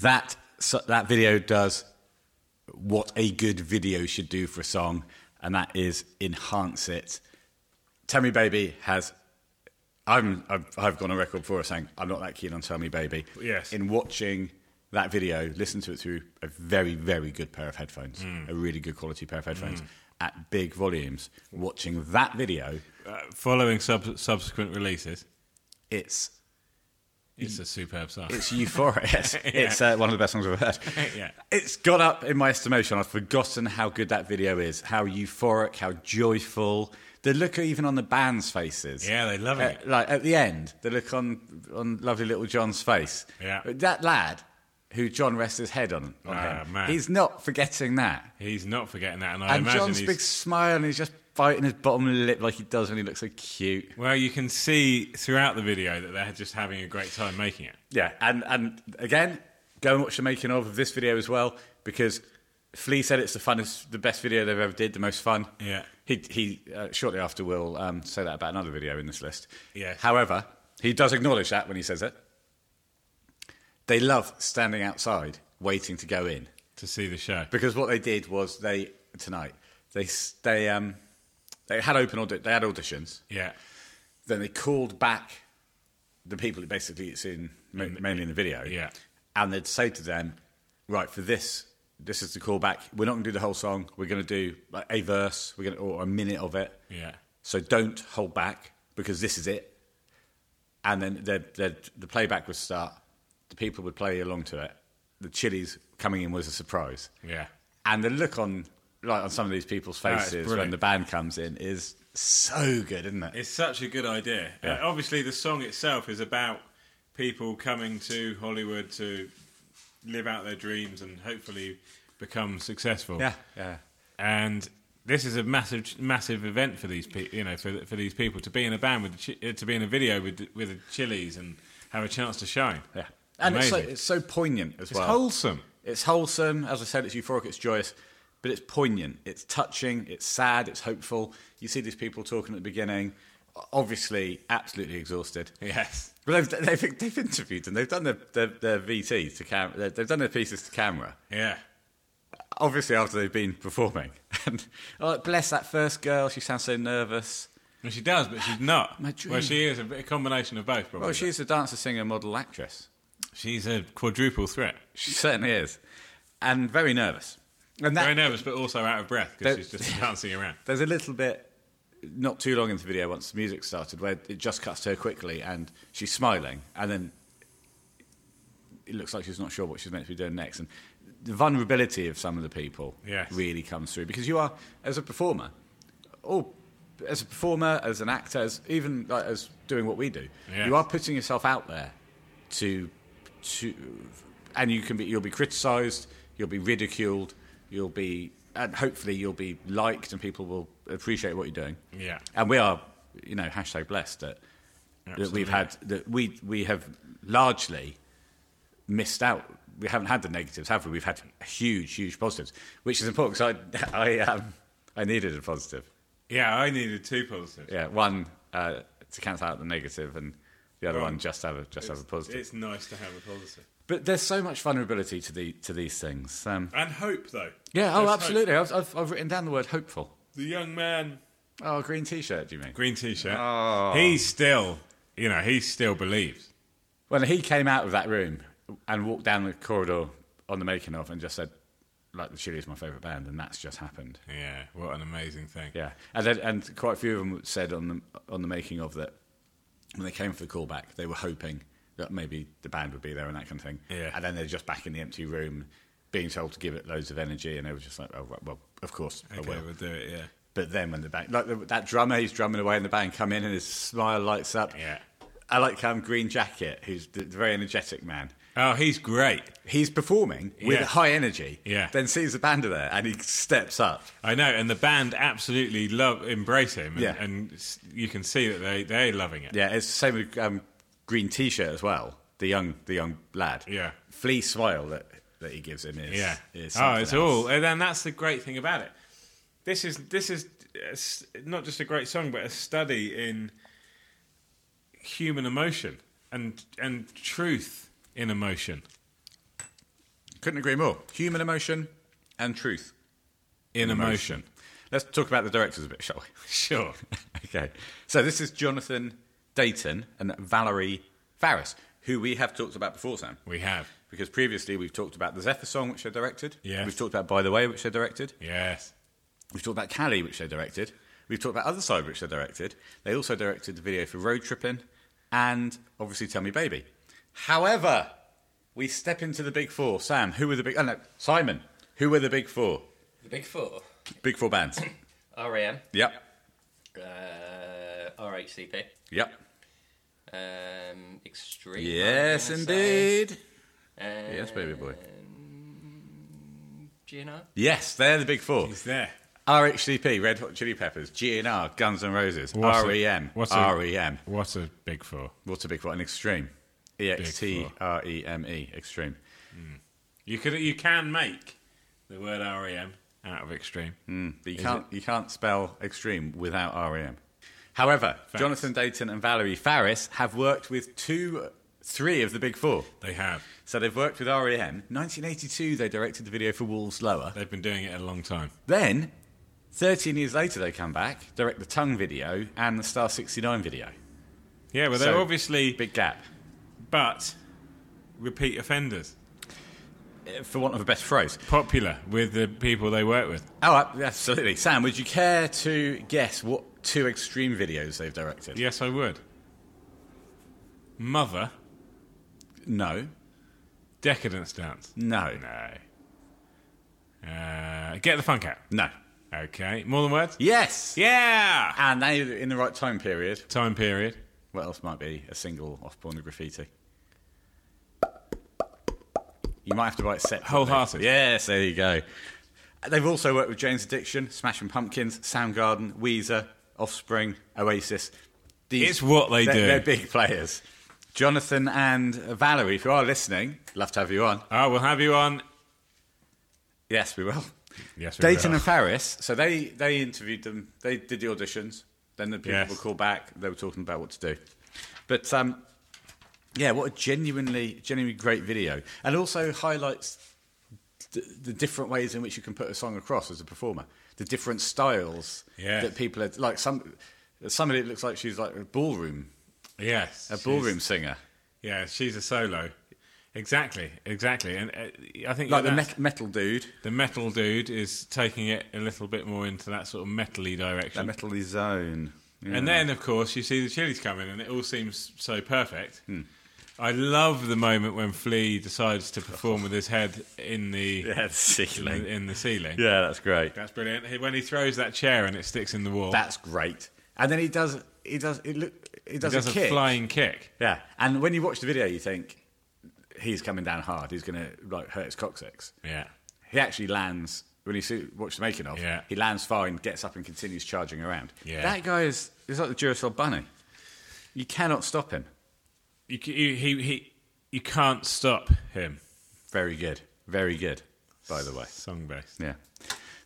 A: that, so- that video does what a good video should do for a song, and that is enhance it. Tell Me Baby has. I'm, I've, I've gone on record for saying I'm not that keen on Tell Me Baby.
B: Yes.
A: In watching that video, listen to it through a very, very good pair of headphones, a really good quality pair of headphones at big volumes. Watching that video,
B: Uh, following sub- subsequent releases,
A: it's
B: it's a superb song.
A: It's euphoric.
B: [laughs]
A: Yes. It's uh, one of the best songs I've ever heard.
B: Yeah.
A: It's got up in my estimation. I've forgotten how good that video is, how euphoric, how joyful. The look even on the band's faces.
B: Yeah, they love
A: Uh,
B: it.
A: like at the end, the look on on lovely little John's face.
B: Yeah.
A: That lad who John rests his head on, on
B: Ah,
A: him,
B: man.
A: he's not forgetting that.
B: he's not forgetting that, and I
A: and
B: imagine
A: John's
B: he's.
A: big smile and he's just biting his bottom lip like he does when he looks so cute.
B: well, you can see throughout the video that they're just having a great time making it.
A: Yeah, and and again, go and watch the making of of this video as well because Flea said it's the funnest, the best video they've ever did, the most fun.
B: Yeah.
A: he he uh, shortly after will um, say that about another video in this list.
B: Yeah.
A: However, he does acknowledge that when he says it. They love standing outside waiting to go in
B: To see the show,
A: because what they did was they tonight they s- they um they had open audi- they had auditions
B: yeah,
A: then they called back the people that basically it's in ma- mainly in the video.
B: Yeah.
A: And they'd say to them, right, for this, this is the callback. We're not going to do the whole song. We're going to do like, a verse. We're going to or a minute of it.
B: Yeah.
A: So don't hold back because this is it. And then the the the playback would start. The people would play along to it. The chilies coming in was a surprise.
B: Yeah.
A: And the look on like on some of these people's
B: it's
A: faces when
B: brilliant.
A: the band comes in is so good, isn't it?
B: It's such a good idea.
A: Yeah.
B: Uh, obviously, the song itself is about people coming to Hollywood to live out their dreams and hopefully become successful.
A: yeah, yeah.
B: And this is a massive, massive event for these people. You know, for for these people to be in a band with the chi- uh, to be in a video with the- with the Chili's and have a chance to shine.
A: Yeah. And it's so,
B: Amazing.
A: it's so poignant as
B: It's
A: well.
B: wholesome.
A: It's wholesome. As I said, it's euphoric, it's joyous, but it's poignant. It's touching, it's sad, it's hopeful. You see these people talking at the beginning, obviously absolutely exhausted.
B: Yes.
A: Well, they've, they've, they've interviewed them. They've done their, their, their VT to camera. They've done their pieces to camera.
B: Yeah.
A: Obviously, after they've been performing. [laughs] And oh, bless that first girl. She sounds so nervous.
B: And she does, but she's not.
A: Ah, My dream.
B: Well, she is a, bit- a combination of both. Probably.
A: Well, she's a dancer, singer, model, actress.
B: she's a quadruple threat.
A: She certainly is, and very nervous. And that,
B: Very nervous, but also out of breath because
A: That-
B: she's
A: [laughs]
B: just dancing around.
A: There's a little bit, not too long into the video, once the music started, where it just cuts to her quickly and she's smiling, and then it looks like she's not sure what she's meant to be doing next. And the vulnerability of some of the people
B: Yes.
A: really comes through because you are, as a performer, or as a performer, as an actor, as even like, as doing what we do,
B: Yes.
A: you are putting yourself out there to to and you can be you'll be criticized you'll be ridiculed you'll be and hopefully you'll be liked and people will appreciate what you're doing
B: Yeah.
A: and we are you know hashtag blessed that that we've had that we we have largely missed out we haven't had the negatives have we we've had huge huge positives which is important because i i um i needed a positive
B: Yeah, I needed two positives.
A: yeah one uh to cancel out the negative and the other
B: Well,
A: one just have a just have a positive
B: It's nice to have a positive.
A: But there's so much vulnerability to the to these things. Um,
B: And hope, though.
A: yeah, oh,
B: There's
A: absolutely. I've, I've, I've written down the word hopeful.
B: hope. The young man,
A: Oh, green T-shirt. Do you mean?
B: green T-shirt.
A: Oh.
B: He still, you know, he still believes.
A: When he came out of that room and walked down the corridor on the making of, and just said, "Like the Chili is my favourite band," and that's just happened.
B: Yeah, what an amazing thing.
A: Yeah, and then, and quite a few of them said on the on the making of that when they came for the callback, they were hoping that maybe the band would be there and that kind of thing.
B: Yeah.
A: and then they're just back in the empty room, being told to give it loads of energy, and they were just like, "Oh, right, Oh, well, of course, I
B: Okay,
A: will."
B: we'll do it. Yeah.
A: But then when the band, like the, that drummer, he's drumming away and the band come in and his smile lights up.
B: Yeah.
A: I like um, Green Jacket, who's the, the very energetic man.
B: Oh, he's great.
A: He's performing with
B: Yeah.
A: high energy.
B: Yeah.
A: Then sees the band are there and he steps up.
B: I know, and the band absolutely love embrace him. And,
A: Yeah.
B: and s- you can see that they they're loving it.
A: Yeah, it's the same with um, Green T-shirt as well. The young, the young lad.
B: Yeah.
A: Flea smile that, that he gives him is.
B: Yeah.
A: Is
B: oh,
A: something
B: it's
A: else.
B: all, and then that's the great thing about it. This is this is uh, s- not just a great song, but a study in human emotion and and truth in emotion
A: Couldn't agree more. Human emotion and truth.
B: in emotion.
A: Let's talk about the directors a bit, shall we? [laughs]
B: Sure.
A: Okay. So this is Jonathan Dayton and Valerie Faris, who we have talked about before, Sam.
B: We have.
A: Because previously we've talked about the Zephyr song, which they directed.
B: Yes.
A: We've talked about By the Way, which they directed.
B: Yes.
A: We've talked about Cali, which they directed. We've talked about Other Side, which they directed. They also directed the video for Road Tripping and obviously Tell Me Baby. However, we step into the big four. Sam, who were the big... Oh, no, Simon, who were the big four?
C: The Big Four.
A: Big four bands.
C: REM.
A: yep.
C: Uh, RHCP.
A: Yep.
C: Um, Extreme.
A: Yes,
C: I'm gonna say.
A: indeed.
C: And
A: Yes, baby boy.
C: GNR.
A: Yes, they're the big four.
B: He's there.
A: RHCP, Red Hot Chili Peppers, GNR, Guns N' Roses, E
B: What's a-
A: REM,
B: what's a-
A: REM.
B: What a big four.
A: What's a big one? Extreme. E X T R E M E, Extreme.
B: You could you can make the word REM out of extreme.
A: But you can't you can't spell extreme without REM. However, Jonathan Dayton and Valerie Faris have worked with two, three of the big four.
B: They have.
A: So they've worked with E REM. 1982, they directed the video for Wolves Lower.
B: They've been doing it a long time.
A: Then, 13 years later, they come back, direct the Tongue video and the Star 69 video.
B: Yeah, well, they're
A: So-
B: obviously,
A: Big gap.
B: but repeat offenders,
A: Uh, For want of a better phrase.
B: popular with the people they work with.
A: Oh, ab- absolutely. Sam, would you care to guess what two extreme videos they've directed?
B: Yes, I would. Mother,
A: No.
B: decadence dance.
A: No.
B: No. Uh, get the funk out.
A: No.
B: Okay. More than words.
A: Yes.
B: Yeah.
A: And they in the right time period.
B: Time period.
A: What else might be a single off porn and graffiti? You might have to write set.
B: Wholehearted.
A: Yes, there you go. They've also worked with Jane's Addiction, Smashing Pumpkins, Soundgarden, Weezer, Offspring, Oasis. These,
B: It's what they
A: they're-
B: do.
A: They're big players. Jonathan and Valerie, if you are listening, love to have you on.
B: Oh, we'll have you on.
A: Yes, we will.
B: Yes, we
A: Dayton
B: will.
A: and Paris. So they, they interviewed them. They did the auditions. Then the people
B: Yes.
A: were called back. They were talking about what to do. But um, yeah, what a genuinely, genuinely great video, and also highlights the, the different ways in which you can put a song across as a performer. The different styles
B: Yeah.
A: that people are like. Some somebody that looks like she's like a ballroom,
B: Yes.
A: a
B: she's-
A: ballroom singer,
B: Yeah, she's a solo. Exactly. Exactly. And uh, I think
A: like the
B: that's-
A: met- metal dude,
B: the metal dude is taking it a little bit more into that sort of metally
A: that
B: direction.
A: metally zone. Yeah.
B: And then, of course, you see the chilies coming, and it all seems so perfect.
A: Hmm.
B: I love the moment when Flea decides to perform with his head in the
A: [laughs]
B: [laughs]
A: yeah, the
B: in, the,
A: ceiling.
B: in the ceiling.
A: Yeah, that's great.
B: That's brilliant. He- When he throws that chair and it sticks in the wall,
A: That's great. And then he does he does it look he
B: he
A: does,
B: does
A: a,
B: a,
A: kick.
B: flying kick.
A: Yeah. And when you watch the video you think he's coming down hard, he's gonna like hurt his coccyx.
B: Yeah,
A: He actually lands when you see watch the making of,
B: Yeah.
A: he lands fine, gets up and continues charging around.
B: Yeah.
A: That guy is is like the Duracell bunny. You cannot stop him.
B: you, c- you, he, he, you can't stop him.
A: Very good. Very good, by the way.
B: Song based.
A: Yeah.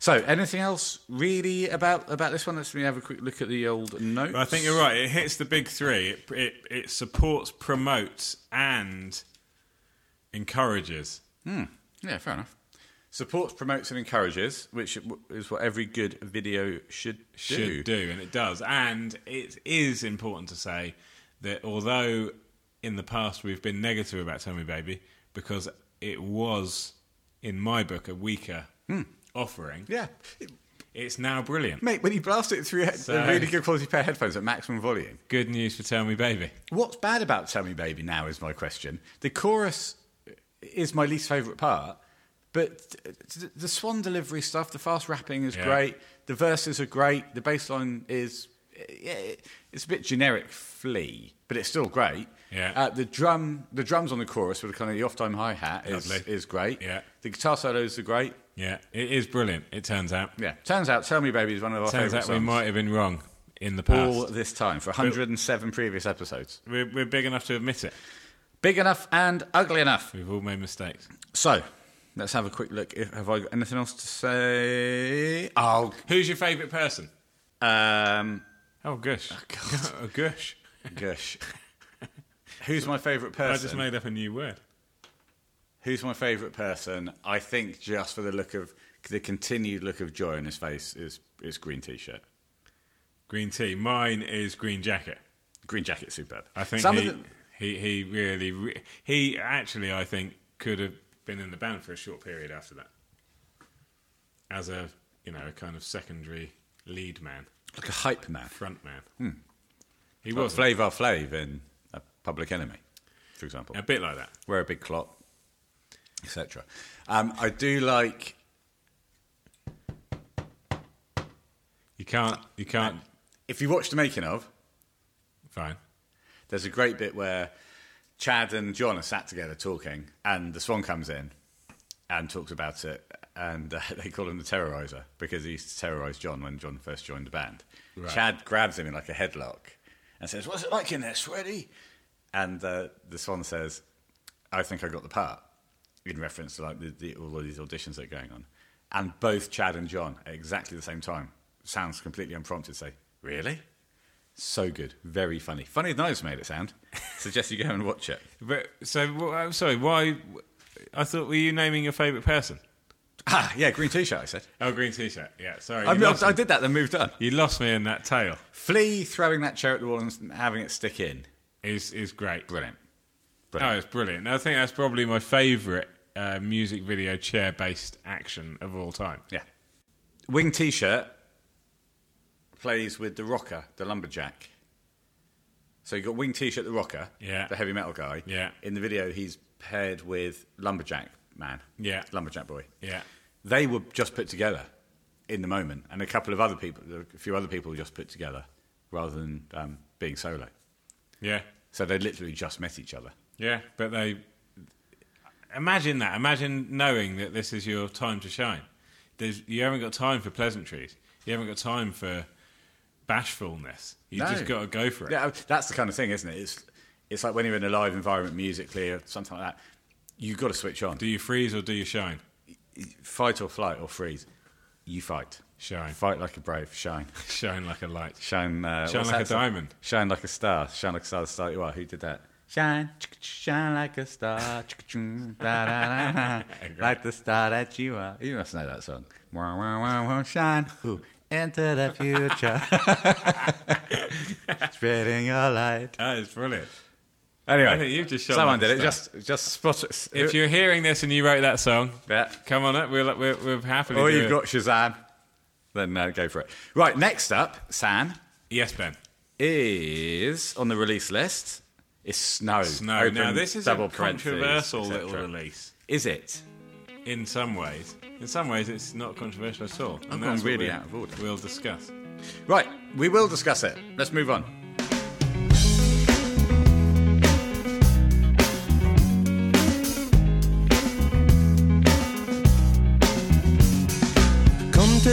A: So, anything else really about about this one? Let's have a quick look at the old notes.
B: But I think you're right. It hits the big three. It, it, it supports, promotes, and encourages.
A: Yeah, fair enough. Supports, promotes, and encourages, which is what every good video should do.
B: should do. and it does. And it is important to say that although in the past we've been negative about Tell Me Baby because it was, in my book, a weaker offering,
A: Hmm. Yeah,
B: it's now brilliant.
A: mate. When you blast it through head-
B: So-
A: a really good quality pair of headphones at maximum volume,
B: Good news for Tell Me Baby.
A: what's bad about "Tell Me Baby" now is my question. The chorus is my least favourite part, but the, the swan delivery stuff, the fast rapping is
B: Yeah.
A: great. The verses are great. The bass line is yeah, it's a bit generic flea, but it's still great.
B: Yeah.
A: Uh, the drum, the drums on the chorus with kind of the off-time hi hat is,
B: Lovely.
A: is great.
B: Yeah.
A: The guitar solos are great.
B: Yeah, it is brilliant, it turns out.
A: Yeah. Turns out, "Tell Me Baby" is one of our
B: turns
A: favourite
B: out we
A: songs.
B: might have been wrong in the
A: all
B: past.
A: this time for 107 previous episodes.
B: We're, we're big enough to admit it.
A: Big enough and ugly enough.
B: We've all made mistakes.
A: So let's have a quick look. If, have I got anything else to say? Oh,
B: Who's your favourite person?
A: um,
B: Oh, gosh.
A: Ah,
B: [laughs] Oh, gosh.
A: gosh. Who's my favourite
B: I
A: person?
B: just made up a new word.
A: Who's my favourite person? I think just for the look of the continued look of joy on his face is is green t-shirt,
B: Green tea. Mine is green jacket.
A: green jacket, superb.
B: I think
A: Some
B: he,
A: of them,
B: he he really re- he actually I think could have been in the band for a short period after that, as a you know a kind of secondary lead man,
A: like a hype man.
B: front man.
A: Hmm.
B: He
A: Well,
B: was
A: Flavor Flav in a Public Enemy, for example.
B: a bit like that.
A: wear a big clock, etc. Um, I do like.
B: You can't you can't
A: If you watch the making of,
B: fine.
A: there's a great bit where Chad and John are sat together talking, and the Swan comes in and talks about it, and uh, [laughs] they call him the Terrorizer because he used to terrorize John when John first joined the band. Chad grabs him in like a headlock and says, "What's it like in there, sweaty?" And uh, the Swan says, "I think I got the part." In reference to like the, the, all of these auditions that are going on, and both Chad and John at exactly the same time, sounds completely unprompted, say, "Really?" So good, very funny. Funny than I just made it sound. [laughs] Suggest you go and watch it.
B: But so wh- I'm sorry. Why? I thought were you naming your favourite person?
A: Ah, yeah, green t-shirt. I said.
B: Oh, green t-shirt. Yeah, sorry.
A: I,
B: you,
A: mean,
B: lost
A: I
B: me.
A: did that, then moved on.
B: you lost me in that tale.
A: Flea throwing that chair at the wall and having it stick in
B: is is great.
A: Brilliant.
B: No, it's brilliant. And I think that's probably my favourite uh, music video chair based action of all time.
A: Yeah. Wing t shirt plays with the rocker, the lumberjack. So you've got Wing t shirt, the rocker,
B: Yeah.
A: the heavy metal guy.
B: Yeah.
A: In the video, he's paired with Lumberjack Man.
B: Yeah.
A: Lumberjack Boy.
B: Yeah.
A: They were just put together in the moment, and a couple of other people, a few other people were just put together rather than um, being solo.
B: Yeah.
A: So they literally just met each other.
B: Yeah. But they imagine that. Imagine knowing that this is your time to shine. There's, you haven't got time for pleasantries. You haven't got time for bashfulness. You
A: No.
B: just got to go for it.
A: Yeah, that's the kind of thing, isn't it? It's, it's like when you're in a live environment musically or something like that, you've got to switch on.
B: Do you freeze or do you shine?
A: fight or flight or freeze. You fight.
B: Shine. [laughs]
A: Fight like a brave. Shine. [laughs]
B: Shine like a light.
A: Shine. Uh, [laughs]
B: Shine
A: what's
B: like
A: that
B: a
A: song?
B: diamond.
A: Shine like a star. Shine like a star. The star you are. Who did that? Shine, shine like a star, da, da,
B: [laughs]
A: da, da, like the star that you are. You must know that song. Wah, wah, wah, wah, shine, ooh, enter the
B: [laughs]
A: future, spreading your light.
B: That is brilliant.
A: Anyway,
B: I think you've just shone
A: someone
B: like a
A: did it. Just, just spot it.
B: If you're hearing this and you wrote that song,
A: Yeah.
B: come on up. We'll, we'll, we'll happily
A: or
B: do
A: you've
B: it.
A: got Shazam, then uh, go for it. Right, next up, San.
B: Yes, Ben.
A: is on the release list is Snow.
B: No,
A: Open
B: now this is a
A: double parentheses,
B: controversial
A: etc.
B: little release.
A: Is it?
B: In some ways, in some ways, it's not controversial at all.
A: I've
B: and
A: gone
B: that's what
A: really
B: we-
A: out of order.
B: We'll discuss.
A: Right, we will discuss it. Let's move on.
D: Come to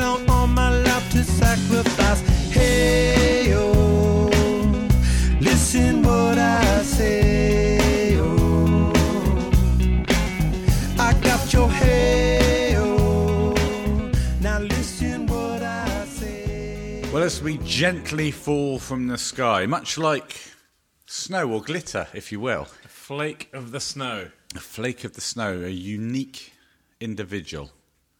D: on, all my life to sacrifice. Hey, oh, listen what I say, oh. I got your oh. hail. Now listen what I say.
A: Well, as we gently fall from the sky, much like snow or glitter, if you will,
B: Flake of the snow.
A: a flake of the snow, a unique individual.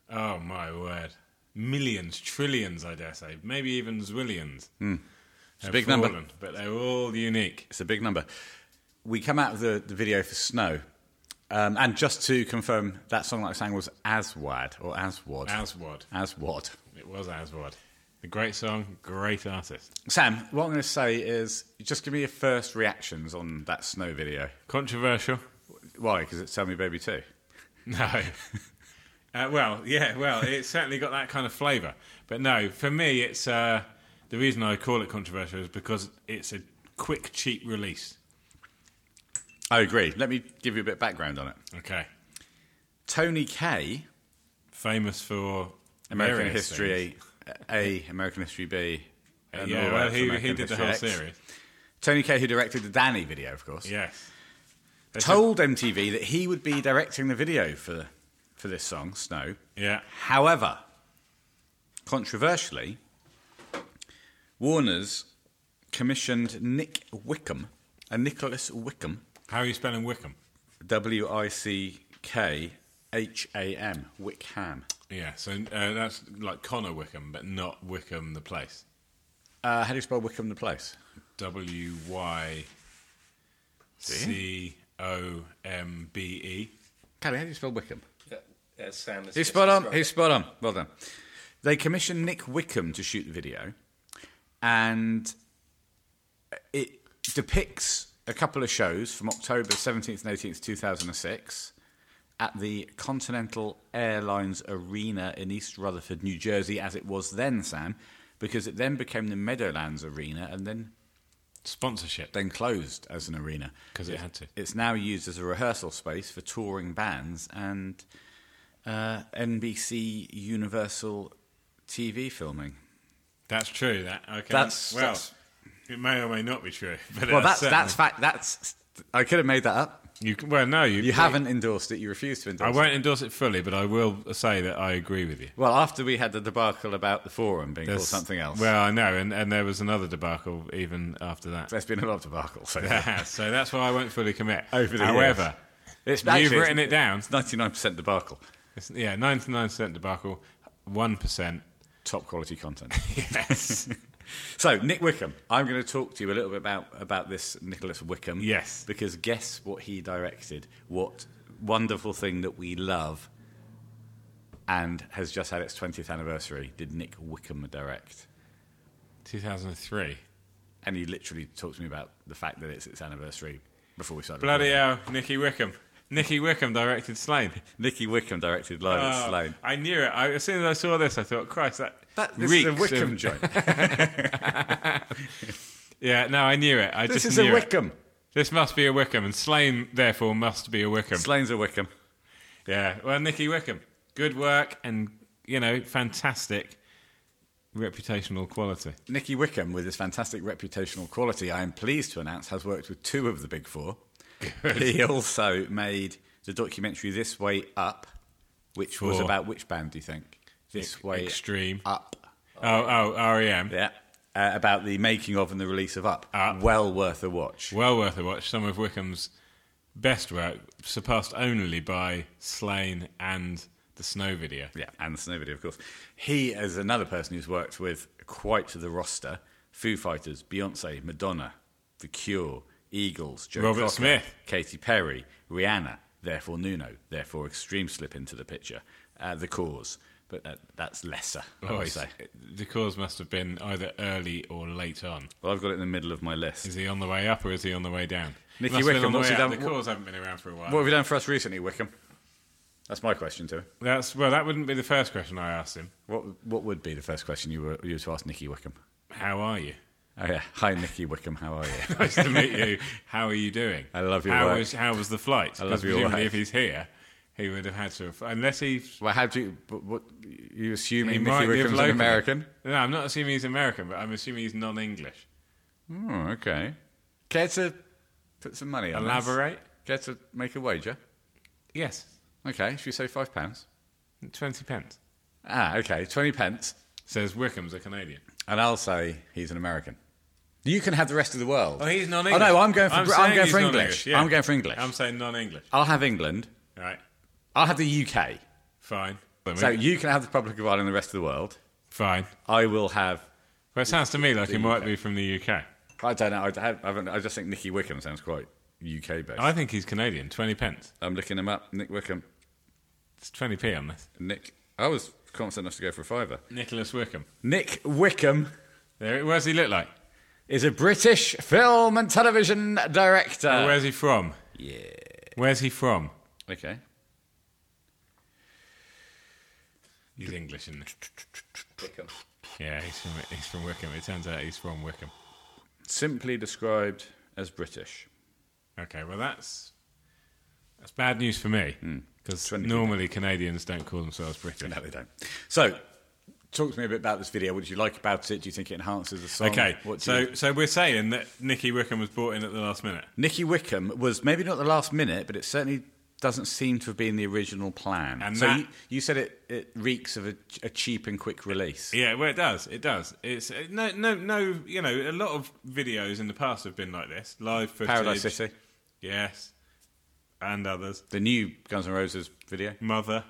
B: Oh my word! Millions, trillions, I dare say, maybe even zillions. It's
A: Hmm. a big number.
B: but they're all unique.
A: It's a big number. We come out of the, the video for Snow. Um, and just to confirm, that song that I sang was Aswad or Aswad.
B: Aswad.
A: Aswad.
B: It was Aswad. A great song, great artist.
A: Sam, what I'm going to say is just give me your first reactions on that snow video.
B: Controversial.
A: Why? Because it's Tell Me Baby too.
B: [laughs] No. uh, well, yeah, well, it's certainly got that kind of flavour. But no, for me, it's uh, the reason I call it controversial is because it's a quick, cheap release.
A: I agree. Let me give you a bit of background on it.
B: Okay.
A: Tony K,
B: Famous for
A: American
B: various things.
A: History A, American History B. and all
B: Yeah,
A: that
B: well,
A: for
B: he, he
A: American
B: did the
A: History
B: whole
A: X.
B: series.
A: Tony K, who directed the Danny video, of course,
B: Yes.
A: told MTV that he would be directing the video for, for this song, Snow.
B: Yeah.
A: However, controversially, Warner's commissioned Nick Wickham and Nicholas Wickham,
B: How are you spelling Wickham?
A: W I C K H A M, Wickham.
B: Yeah, so uh, that's like Connor Wickham, but not Wickham the place.
A: Uh, how do you spell Wickham the place?
B: W Y C O M B E.
A: Kelly, how do you spell Wickham?
C: As Sam has
A: He's
C: just
A: spot on.
C: described.
A: He's spot on. Well done. They commissioned Nick Wickham to shoot the video, and it depicts a couple of shows from October 17th and 18th, 2006, at the Continental Airlines Arena in East Rutherford, New Jersey, as it was then, Sam, because it then became the Meadowlands Arena and then
B: Sponsorship.
A: then closed as an arena
B: 'Cause it had to.
A: It's now used as a rehearsal space for touring bands and uh, NBC Universal TV filming.
B: That's true. That okay.
A: That's-
B: well,
A: that's-
B: it may or may not be true. [laughs] But uh,
A: Well, that's
B: certainly-
A: that's fact. That's I could have made that up.
B: You c- well, no, you,
A: You haven't endorsed it. You refuse to endorse
B: I
A: it.
B: won't endorse it fully, but I will say that I agree with you.
A: Well, after we had the debacle about the forum being called
B: There's-
A: something else,
B: Well, I know, and, and there was another debacle even after that.
A: there's been a lot of debacle. So
B: [laughs] so that's why I won't fully commit.
A: [laughs] Over the
B: However,
A: it's
B: you've written it down.
A: It's 99% debacle.
B: It's, yeah, ninety-nine percent debacle, one percent.
A: Top quality [laughs] content.
B: Yes.
A: so, Nick Wickham, I'm going to talk to you a little bit about, about this Nicholas Wickham.
B: Yes.
A: Because guess what he directed? What wonderful thing that we love and has just had its 20th anniversary did Nick Wickham direct?
B: Two thousand and three.
A: And he literally talked to me about the fact that it's its anniversary before we started.
B: Bloody
A: recording.
B: hell, Nicky Wickham. Nicky Wickham directed Slain.
A: Nicky Wickham directed Live
B: Oh,
A: at Sloan.
B: I knew it. I, as soon as I saw this, I thought, Christ, that,
A: That, this
B: reeks
A: is a Wickham [laughs]
B: of-
A: joint.
B: Yeah, no, I knew it. I
A: this
B: just
A: is
B: knew
A: a Wickham.
B: It. This must be a Wickham, and Slain therefore must be a Wickham.
A: Sloan's a Wickham.
B: yeah. Well, Nicky Wickham, good work, and you know, fantastic reputational quality.
A: Nicky Wickham, with his fantastic reputational quality, I am pleased to announce, has worked with two of the big four. He also made the documentary This Way Up, which was
B: Four.
A: about which band do you think? This
B: Oh. Ex-
A: Way
B: Extreme.
A: Up.
B: Oh, oh, REM.
A: Yeah. Uh, about the making of and the release of Up.
B: Up.
A: Well worth a watch.
B: Well worth a watch. Some of Wickham's best work, surpassed only by Slain and the Snow video.
A: Yeah, and Snowbody, of course. He is another person who's worked with quite the roster Foo Fighters, Beyonce, Madonna, The Cure, Eagles, Joe
B: Robert
A: Cocker,
B: Smith.
A: Katy Perry, Rihanna, therefore Nuno, therefore Extreme Slip into the picture, uh, The Cause. But uh, that's lesser, I
B: Oh,
A: would
B: it's-
A: say.
B: The cause must have been either early or late on.
A: Well, I've got it in the middle of my list.
B: Is he on the way up or is he on the way down?
A: Nicky
B: Must have been
A: Wickham,
B: on the
A: what's
B: way
A: he
B: up.
A: done-
B: The cause haven't been around for a while.
A: What have you done for us recently, Wickham? That's my question to him.
B: That's well, that wouldn't be the first question I asked him.
A: What, what would be the first question you were, you were to ask Nicky Wickham?
B: How are you? [laughs]
A: Oh, yeah. Hi, Nicky Wickham. How are you?
B: Nice to meet you. How are you doing?
A: I love your
B: How
A: work.
B: was how was the flight?
A: I love
B: Because
A: your
B: presumably
A: work.
B: if he's here, he would have had to have, unless he
A: Well, how do you? But what you assuming
B: he
A: Nicky
B: might be
A: Wickham's an American?
B: No, I'm not assuming he's American, but I'm assuming he's non-English.
A: Oh, okay. Care to put some money on this?
B: Elaborate.
A: Care to make a wager?
B: Yes,
A: Okay, should we say five pounds?
B: twenty pence.
A: Ah, okay, twenty pence,
B: Says Wickham's a Canadian.
A: and I'll say he's an American. You can have the rest of the world.
B: Oh, he's
A: Oh
B: non-English.
A: no, I'm going for Br- I'm
B: saying
A: going
B: he's
A: for
B: non-English,
A: English.
B: yeah.
A: I'm going for English.
B: I'm saying non-English.
A: I'll have England.
B: All right,
A: I'll have the UK.
B: fine.
A: So you can have the Republic of Ireland and the rest of the world.
B: fine.
A: I will have.
B: Well, it sounds to me like he might be from the UK.
A: I don't know. I, have, I, haven't- I just think Nicky Wickham sounds quite UK based.
B: I think he's Canadian. Twenty pence.
A: I'm looking him up. Nick Wickham.
B: It's twenty p on this.
A: Nick. I was confident enough to go for a fiver.
B: Nicholas Wickham.
A: Nick Wickham
B: There, where's he look like?
A: is a British film and television director.
B: Oh, where's he from? Yeah. Where's he from?
A: okay.
B: He's English, isn't he?
C: Wickham.
B: Yeah, he's from, he's from Wickham. It turns out he's from Wickham.
A: Simply described as British.
B: Okay, well that's that's bad news for me because
A: 20.
B: normally Canadians don't call themselves British.
A: Hmm. No, they don't. So, talk to me a bit about this video. What did you like about it? Do you think it enhances the song?
B: Okay,
A: What do
B: so
A: you-
B: so we're saying that Nicky Wickham was brought in at the last minute.
A: Nicky Wickham was maybe not the last minute, but it certainly doesn't seem to have been the original plan.
B: And
A: so
B: that-
A: you, you said it, it reeks of a, a cheap and quick release.
B: Yeah, well, it does. It does. It's uh, no, no, no. You know, a lot of videos in the past have been like this, live footage.
A: Paradise City,
B: yes, and others.
A: the new Guns N' Roses video.
B: Mother,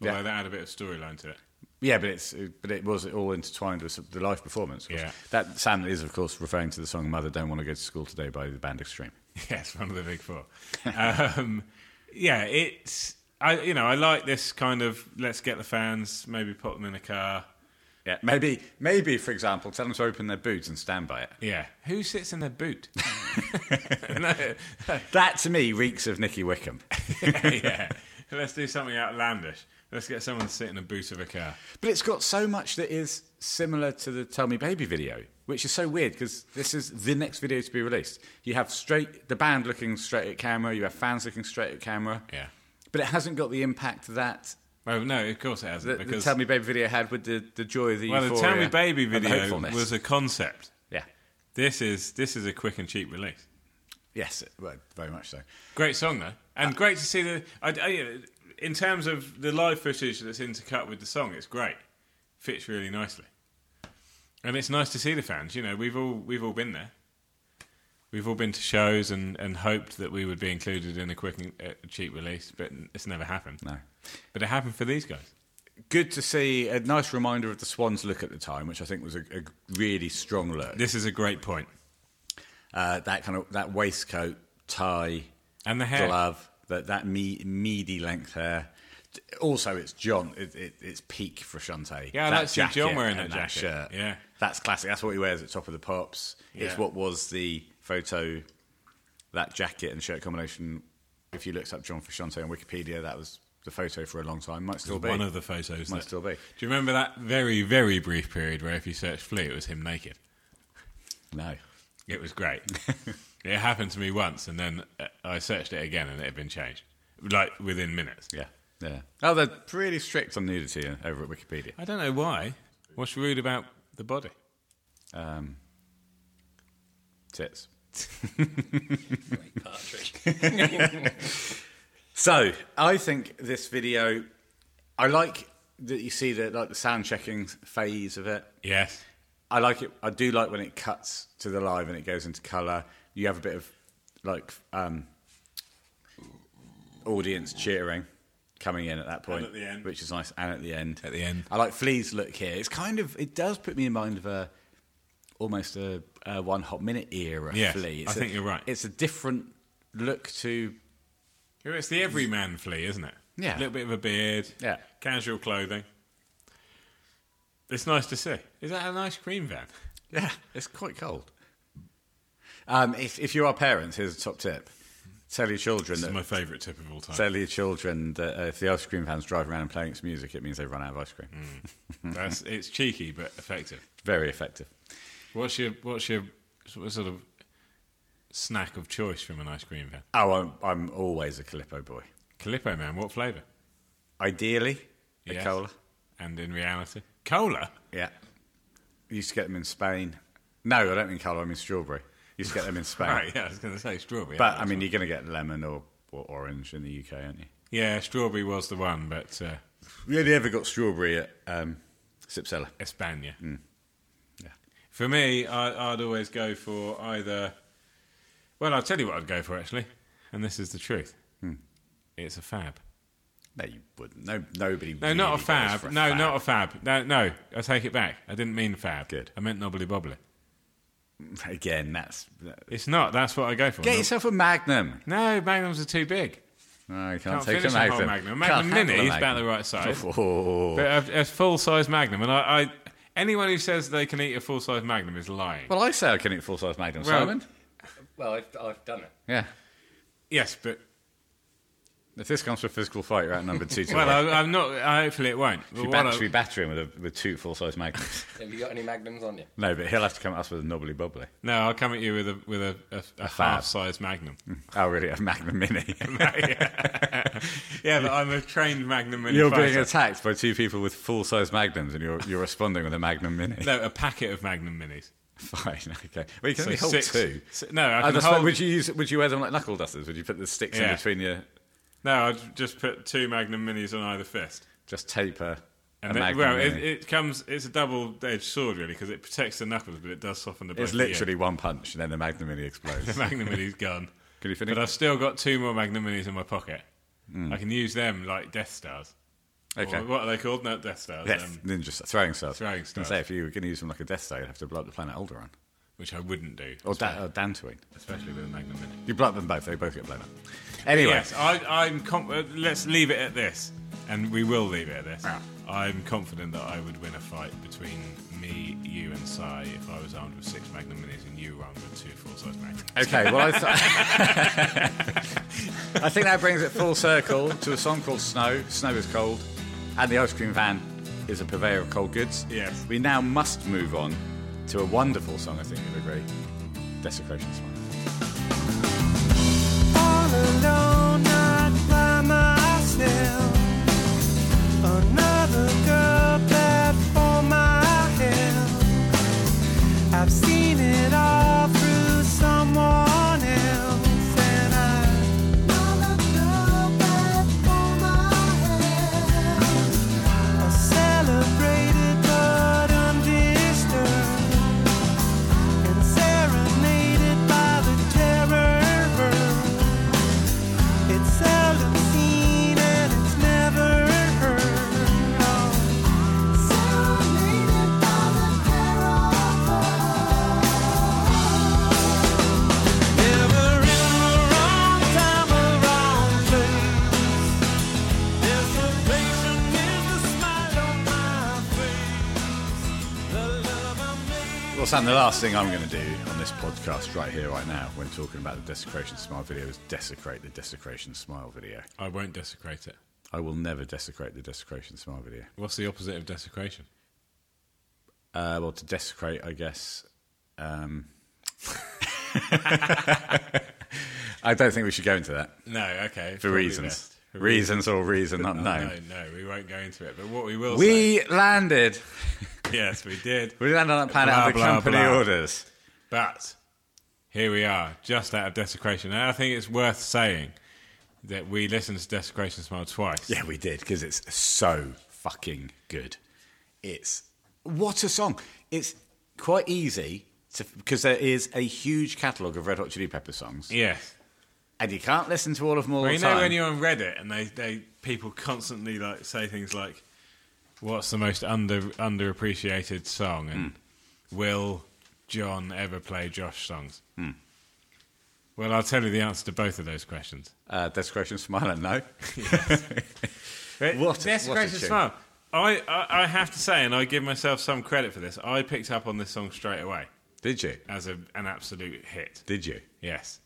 B: although
A: Yeah.
B: that had a bit of storyline to it.
A: Yeah, but it's but it was all intertwined with the live performance. of course.
B: Yeah.
A: that Sam is of course referring to the song "Mother Don't Want to Go to School Today" by the band Extreme.
B: Yes, one of the big four. [laughs] um, yeah, it's I you know I like this kind of let's get the fans, maybe put them in a car.
A: Yeah, maybe maybe for example, tell them to open their boots and stand by it.
B: Yeah, who sits in their boot? [laughs] no,
A: That to me reeks of Nicky Wickham.
B: yeah, let's do something outlandish. Let's get someone to sit in a boot of a car.
A: But it's got so much that is similar to the "Tell Me Baby" video, which is so weird because this is the next video to be released. You have straight the band looking straight at camera, you have fans looking straight at camera.
B: Yeah.
A: but it hasn't got the impact that.
B: Well, no, of course it
A: The,
B: hasn't
A: the
B: because
A: Tell Me Baby video had with the, the joy, the
B: well, the
A: euphoria,
B: Tell Me Baby
A: and the
B: video
A: hopefulness.
B: was a concept.
A: yeah,
B: This is this is a quick and cheap release.
A: Yes, well, very much so.
B: Great song though, and great to see the. I, I, in terms of the live footage that's intercut with the song, it's great. Fits really nicely, and it's nice to see the fans. You know, we've all we've all been there. We've all been to shows and, and hoped that we would be included in a quick and uh, cheap release, but it's never happened.
A: No.
B: But it happened for these guys.
A: Good to see a nice reminder of the Swans look at the time, which I think was a, a really strong look.
B: This is a great point.
A: Uh, that kind of that waistcoat, tie,
B: And the hair.
A: glove, that that me, meaty length hair. Also, it's John. It, it, it's peak for Shante.
B: Yeah, I'd
A: that
B: like to see John wearing
A: and
B: that jacket.
A: shirt.
B: Yeah.
A: that's classic. That's what he wears at Top of the Pops.
B: Yeah.
A: It's what was the photo, that jacket and shirt combination. If you looked up John Frusciante on Wikipedia, that was the photo for a long time. Might still be
B: One of the photos.
A: Might
B: that-
A: still be.
B: Do you remember that very, very brief period where if you searched Flea, it was him naked?
A: No,
B: It was great. [laughs] it happened to me once, and then uh, I searched it again, and it had been changed, like within minutes.
A: yeah, yeah. Oh, they're pretty strict on nudity uh, over at Wikipedia.
B: I don't know why. What's rude about the body?
A: Um, tits.
C: Great Partridge. [laughs]
A: So I think this video, I like that you see the like the sound checking phase of it.
B: Yes.
A: I like it. I do like when it cuts to the live and it goes into color. You have a bit of like um, audience cheering coming in at that point,
B: at the end.
A: which is nice. And at the end,
B: At the end.
A: I like Flea's look here. It's kind of it does put me in mind of a almost a, a one hot minute era
B: Yes,
A: Flea.
B: I
A: a-
B: think you're right.
A: It's a different look to
B: Well, It's the everyman Flea, isn't it?
A: Yeah.
B: A little bit of a beard.
A: Yeah.
B: Casual clothing. It's nice to see. Is that an ice cream van?
A: Yeah, it's quite cold. Um, if, if you are parents, here's a top tip: tell your children
B: This
A: that
B: is my favourite tip of all time.
A: tell your children that uh, if the ice cream van's driving around and playing its music, it means they've run out of ice cream.
B: That's, it's cheeky but effective.
A: Very effective.
B: What's your what's your what sort of snack of choice from an ice cream van?
A: Oh, I'm, I'm always a Calippo boy.
B: Calippo man, what flavour?
A: Ideally, a
B: Yes.
A: cola.
B: And in reality, cola.
A: Yeah, used to get them in Spain. No, I don't mean cola. I mean strawberry. Used to get [laughs] them in Spain.
B: Right, yeah, I was going to say strawberry.
A: But I mean, you're going to get lemon or, or orange in the UK, aren't you?
B: yeah, strawberry was the one, but uh,
A: We only ever got strawberry at um, Sipsella.
B: Espana.
A: Hmm. Yeah.
B: For me, I, I'd always go for either. Well, I'll tell you what I'd go for actually, and this is the truth.
A: Hmm.
B: It's a fab.
A: No, you wouldn't. No, nobody.
B: No, not a fab. no, not a fab. No, no, I take it back. I didn't mean fab.
A: Good.
B: I meant knobbly bobbly.
A: not. [laughs] Again, that's. that-
B: It's not. That's what I go for.
A: Get
B: Nob-
A: yourself a Magnum.
B: No, magnums are too big.
A: No, you can't,
B: Can't
A: take a
B: finish a
A: Magnum.
B: whole magnum. Magnum
A: Can't
B: mini
A: handle
B: is
A: a
B: about the
A: Magnum.
B: right size.
A: [laughs] Oh.
B: But a, a full size magnum, and I, I, anyone who says they can eat a full size magnum is lying.
A: Well, I say I can eat full size Magnum,
B: Well-
A: Simon.
C: well, I've, I've done it.
A: Yeah.
B: yes, but
A: If this comes for a physical fight, you're outnumbered
B: [laughs]
A: two to
B: well,
A: one.
B: I, I'm not. I, hopefully, it won't. But
A: If you
B: what
A: bat-
B: I-
A: if you batter him with, a, with two full size Magnums. [laughs]
C: Have you got any magnums on you?
A: no, but he'll have to come at us with a knobbly bobbly.
B: no, I'll come at you with a with a, a, a
A: fab.
B: half
A: [laughs]
B: size magnum. [laughs]
A: Oh, really? A Magnum mini.
B: yeah, but I'm a trained magnum
A: [laughs]
B: mini.
A: you're
B: fighter.
A: being attacked by two people with full size Magnums, and you're, you're responding with a Magnum mini. [laughs]
B: no, a packet of magnum minis.
A: Fine. Okay. Well, you can only
B: So
A: hold
B: six.
A: two.
B: si- no, I
A: I
B: can
A: just
B: hold.
A: would you use? Would you wear them like knuckle dusters? Would you put the sticks
B: Yeah.
A: in between your
B: no, I'd just put two magnum minis on either fist.
A: just tape a,
B: And
A: a
B: then,
A: magnum?
B: well, it,
A: mini?
B: it comes. It's a double-edged sword, really, because it protects the knuckles, but it does soften the. blow
A: it's
B: at the end.
A: literally one punch, and then the magnum mini explodes.
B: [laughs] The Magnum Mini's gone.
A: Can you finish?
B: But I've still got two more Magnum Minis in my pocket. I can use them like Death Stars.
A: okay.
B: Or what are they called? No, Death Stars.
A: Yes,
B: Um,
A: ninja s- throwing stars.
B: throwing
A: I was gonna
B: stars.
A: Say if you were going to use them like a death star, you'd have to blow up the planet Alderaan
B: which I wouldn't do.
A: or, da- or Dantooine.
B: especially with a Magnum Mini.
A: You blow up them both; they both get blown up. Anyway,
B: Yes, I, I'm. Com- uh, let's leave it at this, and we will leave it at this.
A: Ah.
B: I'm confident that I would win a fight between me, you, and Sai if I was armed with six Magnum Minis and you were armed with two full-size Magnum.
A: okay. Well, I, th- [laughs] I think that brings it full circle to a song called "Snow." Snow is cold, and the ice cream van is a purveyor of cold goods.
B: Yes.
A: We now must move on to a wonderful song. I think you'll agree. Desecration Smile.
D: All alone, not by myself. Another girl bad for my health. I've seen it all through someone else.
A: Sam, the last thing I'm going to do on this podcast right here, right now, when talking about the desecration smile video, is desecrate the desecration smile video.
B: I won't desecrate it.
A: I will never desecrate the desecration smile video.
B: What's the opposite of desecration?
A: Uh, well, to desecrate, I guess. Um, [laughs] I don't think we should go into that
B: No, okay.
A: for
B: probably
A: reasons.
B: best. For
A: Reasons or reason not
B: No,
A: known.
B: no, we won't go into it. But what we will
A: We landed.
B: say, yes, we did.
A: We landed on that planet out of
B: Blah, blah,
A: company
B: blah.
A: orders.
B: But here we are, just out of desecration. And I think it's worth saying that we listened to Desecration Smile twice.
A: Yeah, we did because it's so fucking good. It's what a song. It's quite easy to because there is a huge catalogue of Red Hot Chili Pepper songs,
B: Yes.
A: and you can't listen to all of them all
B: Well,
A: the
B: you know
A: time.
B: when you're on Reddit and they, they people constantly like say things like, "What's the most under underappreciated song?" and
A: Hmm.
B: "Will John ever play Josh songs?" Well, I'll tell you the answer to both of those questions.
A: uh, Desecration Smile and No. [laughs]
B: But
A: What a-
B: that's
A: what a
B: Grace's
A: tune.
B: smile. I, I I have to say, and I give myself some credit for this. I picked up on this song straight away
A: Did you?
B: as a, an absolute hit.
A: Did you?
B: Yes.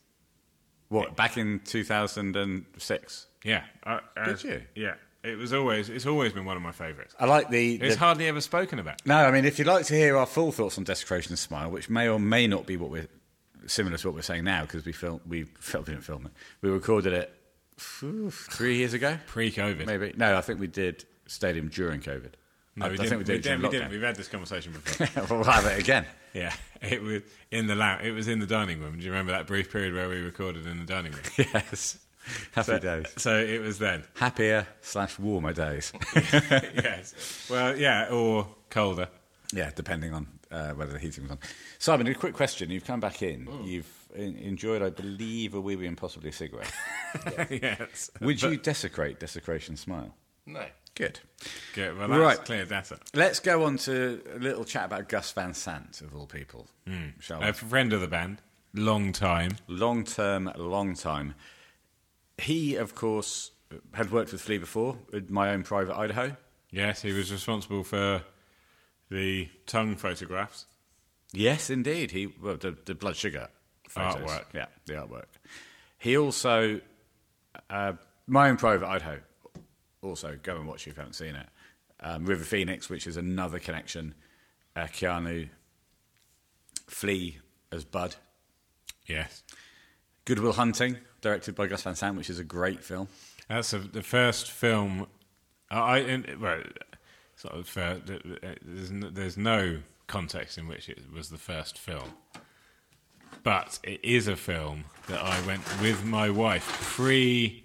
A: What back in two thousand and six?
B: Yeah. I, as-
A: you?
B: Yeah. It was always. It's always been one of my favourites.
A: I like the.
B: It's
A: the-
B: hardly ever spoken about.
A: no, I mean, if you'd like to hear our full thoughts on Desecration Smile, which may or may not be what we're similar to what we're saying now, because we film, we, fil- we didn't film it. We recorded it phew, three years ago.
B: Pre-COVID.
A: Maybe no, I think we did stadium during COVID.
B: No,
A: I,
B: we
A: I
B: didn't.
A: think we did. during
B: we didn't. We didn't.
A: lockdown.
B: We've had this conversation before.
A: [laughs]
B: [laughs]
A: we'll have it again.
B: yeah, it was in the lounge. It was in the dining room. Do you remember that brief period where we recorded in the dining room?
A: [laughs] Yes, happy days,
B: so it
A: [laughs]
B: was then.
A: happier slash warmer [laughs] days.
B: yes. Well, yeah, or colder. [laughs]
A: yeah, depending on uh, whether the heating was on. Simon, a quick question. You've come back in. You've en- enjoyed, I believe, a wee wee and possibly a cigarette.
B: yes.
A: Would you desecrate desecration smile?
C: No.
A: Good.
B: Good. Well, that's
A: Right.
B: cleared that up.
A: Let's go on to a little chat about Gus Van Sant of all people. Shall we?
B: A friend of the band, long time.
A: long term, long time. He, of course, had worked with Flea before, with my own private Idaho.
B: Yes, he was responsible for the tongue photographs.
A: Yes, indeed. He well, the, the blood sugar photos.
B: Artwork.
A: Yeah, the artwork. He also, uh, my own private Idaho. Also, go and watch if you haven't seen it. Um, River Phoenix, which is another connection. Uh, Keanu, Flea as Bud.
B: Yes.
A: Goodwill Hunting, directed by Gus Van Sant, which is a great film.
B: That's a, the first film. I, I in, well, it's not the fir- th- th- there's, no, there's no context in which it was the first film, but it is a film that I went with my wife pre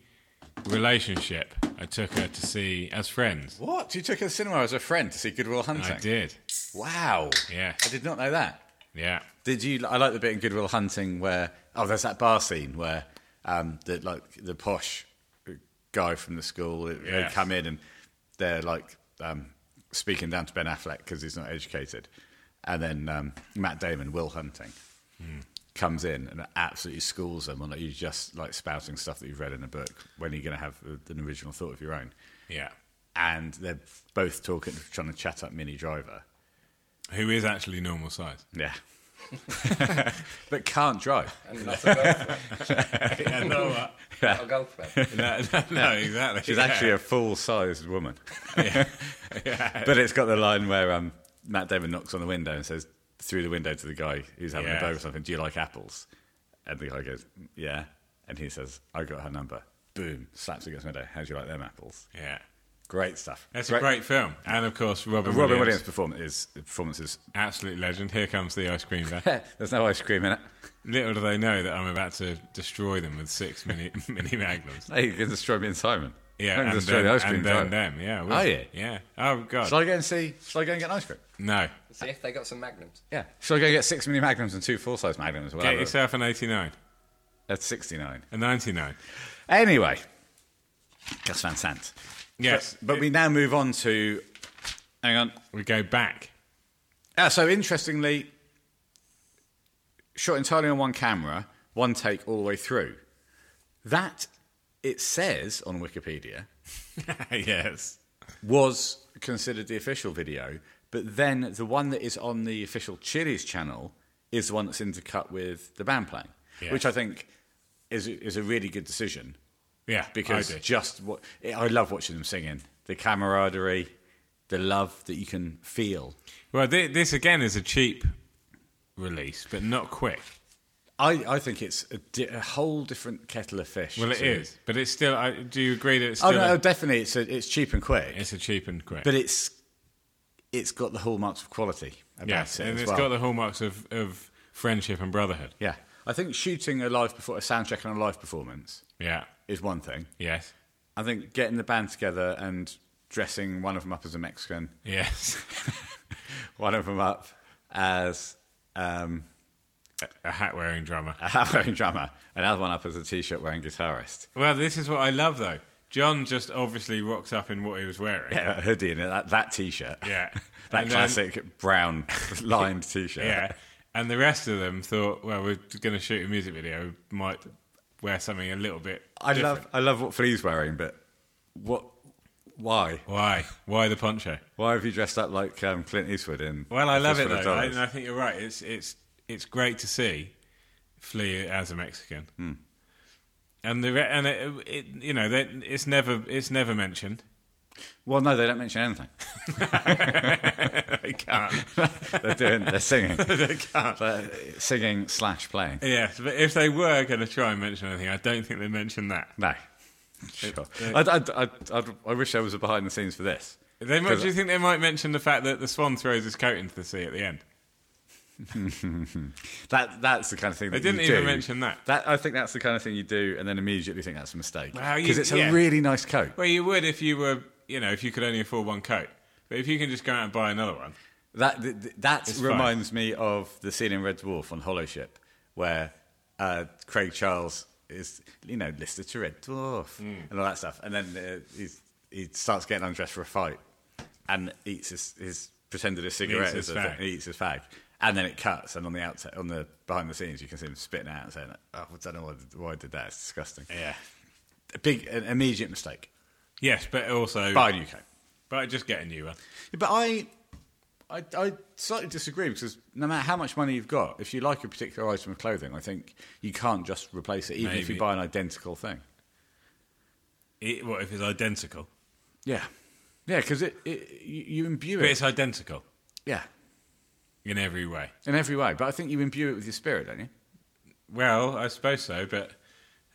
B: relationship. I took her to see as friends.
A: What? You took her to the cinema as a friend to see Goodwill Hunting?
B: I did.
A: Wow.
B: Yeah.
A: I did not know that.
B: Yeah.
A: Did you? I like the bit in Goodwill Hunting where oh, there's that bar scene where um, the like the posh guy from the school they
B: Yes.
A: come in and they're like um, speaking down to Ben Affleck because he's not educated, and then um, Matt Damon, Will Hunting, comes in and absolutely schools them on like, you just like spouting stuff that you've read in a book when you're going to have an original thought of your own,
B: Yeah.
A: and they're both talking, trying to chat up Mini Driver,
B: Who is actually
A: [laughs]
B: normal size?
A: yeah, but can't drive.
C: And that's a golf
A: [laughs]
C: bag.
B: yeah, no, uh,
C: [laughs] Not a golf bag.
B: no, no, no, exactly.
A: She's
B: [laughs] yeah.
A: actually a full-sized
B: [laughs]
A: woman. but it's got the line where um, Matt Damon knocks on the window and says through the window to the guy who's having
B: Yeah.
A: a bow or something, "Do you like apples?" And the guy goes, "Yeah," and he says, "I got her number." Boom, slaps against the window. How do you like them apples?
B: yeah.
A: Great stuff.
B: That's a great film, and of course Robin,
A: Robin
B: Williams.
A: Williams' performance is performance is.
B: Absolute legend. Here comes the ice cream van.
A: [laughs] There's no ice cream in it.
B: Little do they know that I'm about to destroy them
A: [laughs]
B: with six mini mini magnums.
A: Hey, you can destroy me and Simon.
B: Yeah,
A: I'm
B: and
A: gonna destroy
B: then,
A: the ice cream.
B: and then
A: giant.
B: them. Yeah. I will.
A: Are you?
B: Yeah. Oh god.
A: Shall I go and see? Shall I go and get an ice cream?
B: no.
C: See if they got some magnums.
A: Yeah. Shall I go get six mini magnums and two full-size magnums?
B: Get
A: whatever?
B: yourself an 89,
A: That's 69.
B: a 99.
A: Anyway, Gus Van Sant.
B: Yes.
A: But we now move on to. Hang on.
B: we go back. [laughs]
A: Ah, so interestingly, shot entirely on one camera, one take all the way through. That, it says on Wikipedia,
B: yes.
A: was considered the official video But then the one that is on the official Chili's channel is the one that's intercut with the band playing,
B: Yeah.
A: which I think is is a really good decision
B: Yeah,
A: because
B: I do.
A: just what I love watching them singing, the camaraderie, the love that you can feel.
B: well, thi- this again is a cheap release, but not quick.
A: I, I think it's a, di- a whole different kettle of fish.
B: Well, it
A: to-
B: is, but it's still. I, do you agree that it's
A: Oh
B: still?
A: no,
B: a,
A: definitely it's a, it's cheap and quick,
B: it's a cheap and quick.
A: but it's it's got the hallmarks of quality about
B: yeah,
A: it
B: and
A: as
B: it's
A: well.
B: got the hallmarks of, of friendship and brotherhood.
A: yeah, I think shooting a live before a sound check and a live performance
B: Yeah.
A: is one thing.
B: Yes. [laughs]
A: I think getting the band together and dressing one of them up as a Mexican, [laughs]
B: Yes.
A: one of them up as um,
B: a hat wearing drummer.
A: [laughs] a hat-wearing drummer, another one up as a t-shirt wearing guitarist,
B: Well, this is what I love though. John just obviously rocks up in what he was wearing.
A: yeah, a hoodie and that, that t-shirt,
B: [laughs] Yeah.
A: [laughs] that
B: And then-
A: classic
B: [laughs]
A: brown lined t-shirt,
B: Yeah. And the rest of them thought, well, we're going to shoot a music video. We might wear something a little bit.
A: I
B: different.
A: love I love what Flea's wearing, but what? Why?
B: Why? Why the poncho?
A: Why have you dressed up like um, Clint Eastwood in?
B: Well, I
A: Fist
B: love it
A: Full
B: though,
A: of
B: I-
A: Dollars?
B: and I think you're right. It's it's it's great to see Flea as a Mexican,
A: Hmm.
B: and the re- and it, it you know that it's never it's never mentioned.
A: well, no, they don't mention anything.
B: [laughs]
A: [laughs]
B: They can't.
A: They're doing. They're
B: [laughs]
A: singing. they can't. singing slash playing.
B: yes, but if they were going to try and mention anything, I don't think they mentioned that.
A: No. Sure. I'd, I'd, I'd, I'd, I wish there was a behind the scenes for this.
B: They might,
A: 'Cause-
B: do you think they might mention the fact that the swan throws his coat into the sea at the end?
A: That that's the kind of thing
B: They
A: that you
B: didn't even
A: do.
B: mention that.
A: That I think that's the kind of thing you do, and then immediately think that's a mistake
B: Well, you-
A: because it's
B: yeah.
A: a really nice coat.
B: Well, you would if you were you know if you could only afford one coat, but if you can just go out and buy another one.
A: That th- th- that
B: It's fine.
A: reminds me of the scene in Red Dwarf on Hollow Ship, where uh, Craig Charles is, you know, listed to Red Dwarf
B: Hmm.
A: and all that stuff, and then uh, he's, he starts getting undressed for a fight and eats his, his pretended a cigarette
B: his
A: as a thing-
B: fag.
A: he eats his fag, and then it cuts, and on the outside, on the behind the scenes, you can see him spitting out and saying, "Oh, I don't know why I did- why I did that. It's disgusting."
B: Yeah.
A: A big, an immediate mistake.
B: Yes, but also
A: Buy a new coat.
B: but just get a new one.
A: But I, I, I slightly disagree because no matter how much money you've got, if you like a particular item of clothing, I think you can't just replace it, even if
B: Maybe.
A: you buy an identical thing.
B: It, what if it's identical?
A: Yeah, yeah, because it, it you, you imbue
B: But
A: it,
B: it's identical
A: yeah,
B: in every way.
A: in every way. But I think you imbue it with your spirit, don't you?
B: Well, I suppose so, but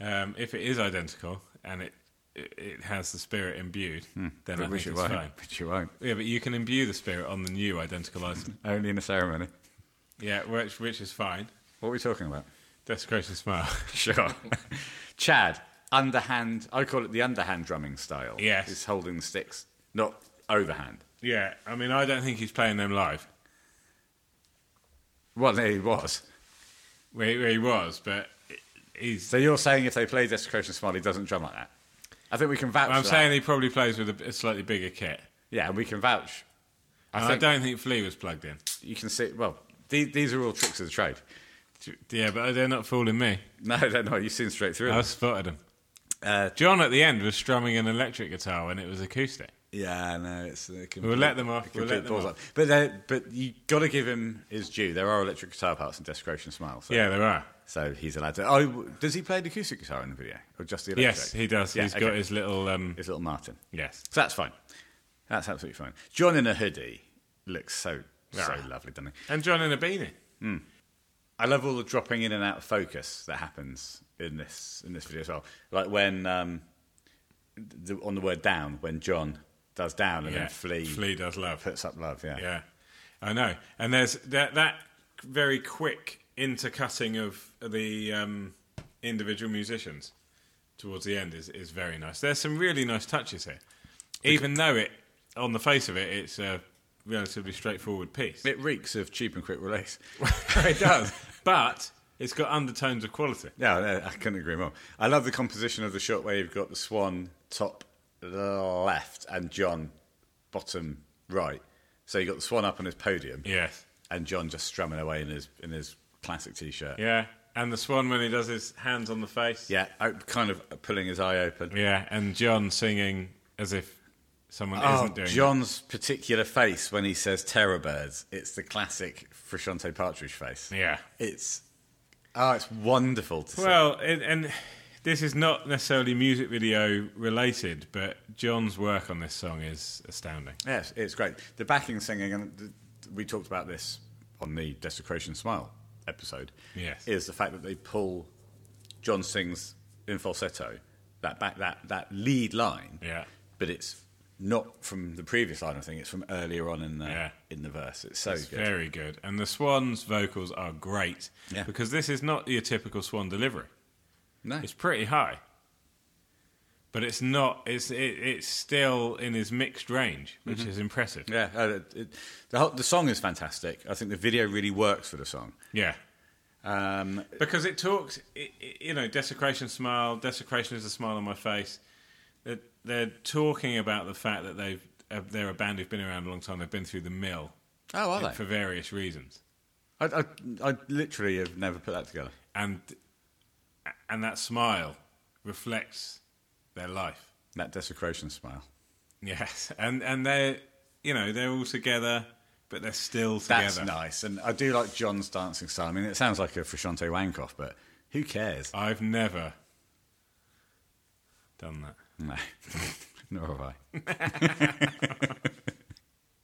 B: um, if it is identical and it it, it has the spirit imbued,
A: Hmm.
B: then I think
A: Which you
B: it's
A: won't.
B: fine.
A: Which you won't.
B: Yeah, but you can imbue the spirit on the new
A: [laughs]
B: identical item.
A: Only in a ceremony.
B: yeah, which which is fine.
A: What are we talking about?
B: Desecration smile.
A: Sure. [laughs] Chad, underhand. I call it the underhand drumming style.
B: Yes.
A: it's holding the sticks, not overhand.
B: yeah, I mean, I don't think he's playing them live.
A: Well, there he was.
B: Where, where he was, but he's.
A: So you're saying if they play Desecration Smile, he doesn't drum like that? I think we can vouch.
B: I'm
A: for
B: saying he probably plays with a, a slightly bigger kit.
A: that. yeah, and we can vouch. I
B: And I,
A: think
B: don't think Flea was plugged in.
A: you can see. Well, these, these are all tricks of the trade. [laughs]
B: Yeah, but they're not fooling me.
A: No, no, no. You've seen straight through.
B: I
A: them.
B: spotted him.
A: Uh,
B: John at the end was strumming an electric guitar when it was acoustic.
A: yeah, no, it's a complete,
B: We'll let them off,
A: a
B: we'll
A: complete
B: let them
A: balls
B: off.
A: up. But they're- but you got to give him his due. There are electric guitar parts in Desecration Smile. So,
B: Yeah, there are.
A: So he's allowed to. Oh, does he play the acoustic guitar in the video or just the electric?
B: Yes, he does.
A: Yeah,
B: He's got
A: okay.
B: his little. Um,
A: his little Martin.
B: yes.
A: So that's fine. That's absolutely fine. John in a hoodie looks so so
B: Yeah.
A: lovely, doesn't he?
B: And John in a beanie.
A: I love all the dropping in and out of focus that happens in this in this video as well. Like when um, the, on the word down, when John does down and
B: Yeah.
A: then Flea,
B: Flea does love.
A: puts up love. Yeah,
B: Yeah. I know. And there's that, that very quick intercutting of the um, individual musicians towards the end is, is very nice. There's some really nice touches here. Even though it, on the face of it, it's a relatively straightforward piece.
A: it reeks of cheap and quick release.
B: [laughs] it does. But it's got undertones of quality.
A: Yeah, no, I couldn't agree more. I love the composition of the shot where you've got the Swan top left and John bottom right. So you have got the Swan up on his podium,
B: Yes.
A: and John just strumming away in his in his classic t-shirt.
B: Yeah. And the swan when he does his hands on the face.
A: Yeah, o- kind of pulling his eye open.
B: Yeah, and John singing as if someone
A: Oh,
B: isn't doing.
A: John's particular face when he says terror birds. It's the classic Frusciante Partridge face.
B: it. Yeah.
A: It's oh, it's wonderful to see.
B: Well, and, and this is not necessarily music video related, but John's work on this song is astounding.
A: Yes, it's great. The backing singing, and th- we talked about this on the Desecration Smile episode.
B: Yes.
A: is the fact that they pull John sings in falsetto that back that that lead line.
B: Yeah.
A: but it's not from the previous line. I think it's from earlier on in the
B: Yeah.
A: in the verse. It's so
B: It's
A: good.
B: very good. And the Swans' vocals are great
A: Yeah.
B: because this is not your typical Swan delivery.
A: no,
B: It's pretty high, but it's not. It's it, it's still in his mixed range, which
A: Mm-hmm.
B: is impressive.
A: yeah, uh, it- it- the whole, the song is fantastic. I think the video really works for the song.
B: Yeah.
A: Um,
B: Because it talks, it, it- you know, desecration smile, desecration is a smile on my face. They're, they're talking about the fact that they've, uh, they're a band who've been around a long time. They've been through the mill uh,
A: oh, are
B: for
A: they?
B: various reasons,
A: I, I, I literally have never put that together.
B: and and that smile reflects their life. [laughs]
A: That desecration smile.
B: Yes, and and they're, you know, they're all together, but they're still together.
A: That's nice, and I do like John's dancing style. I mean, it sounds like a Frusciante wank off, but who cares?
B: I've never done that.
A: No, [laughs] nor have I. [laughs]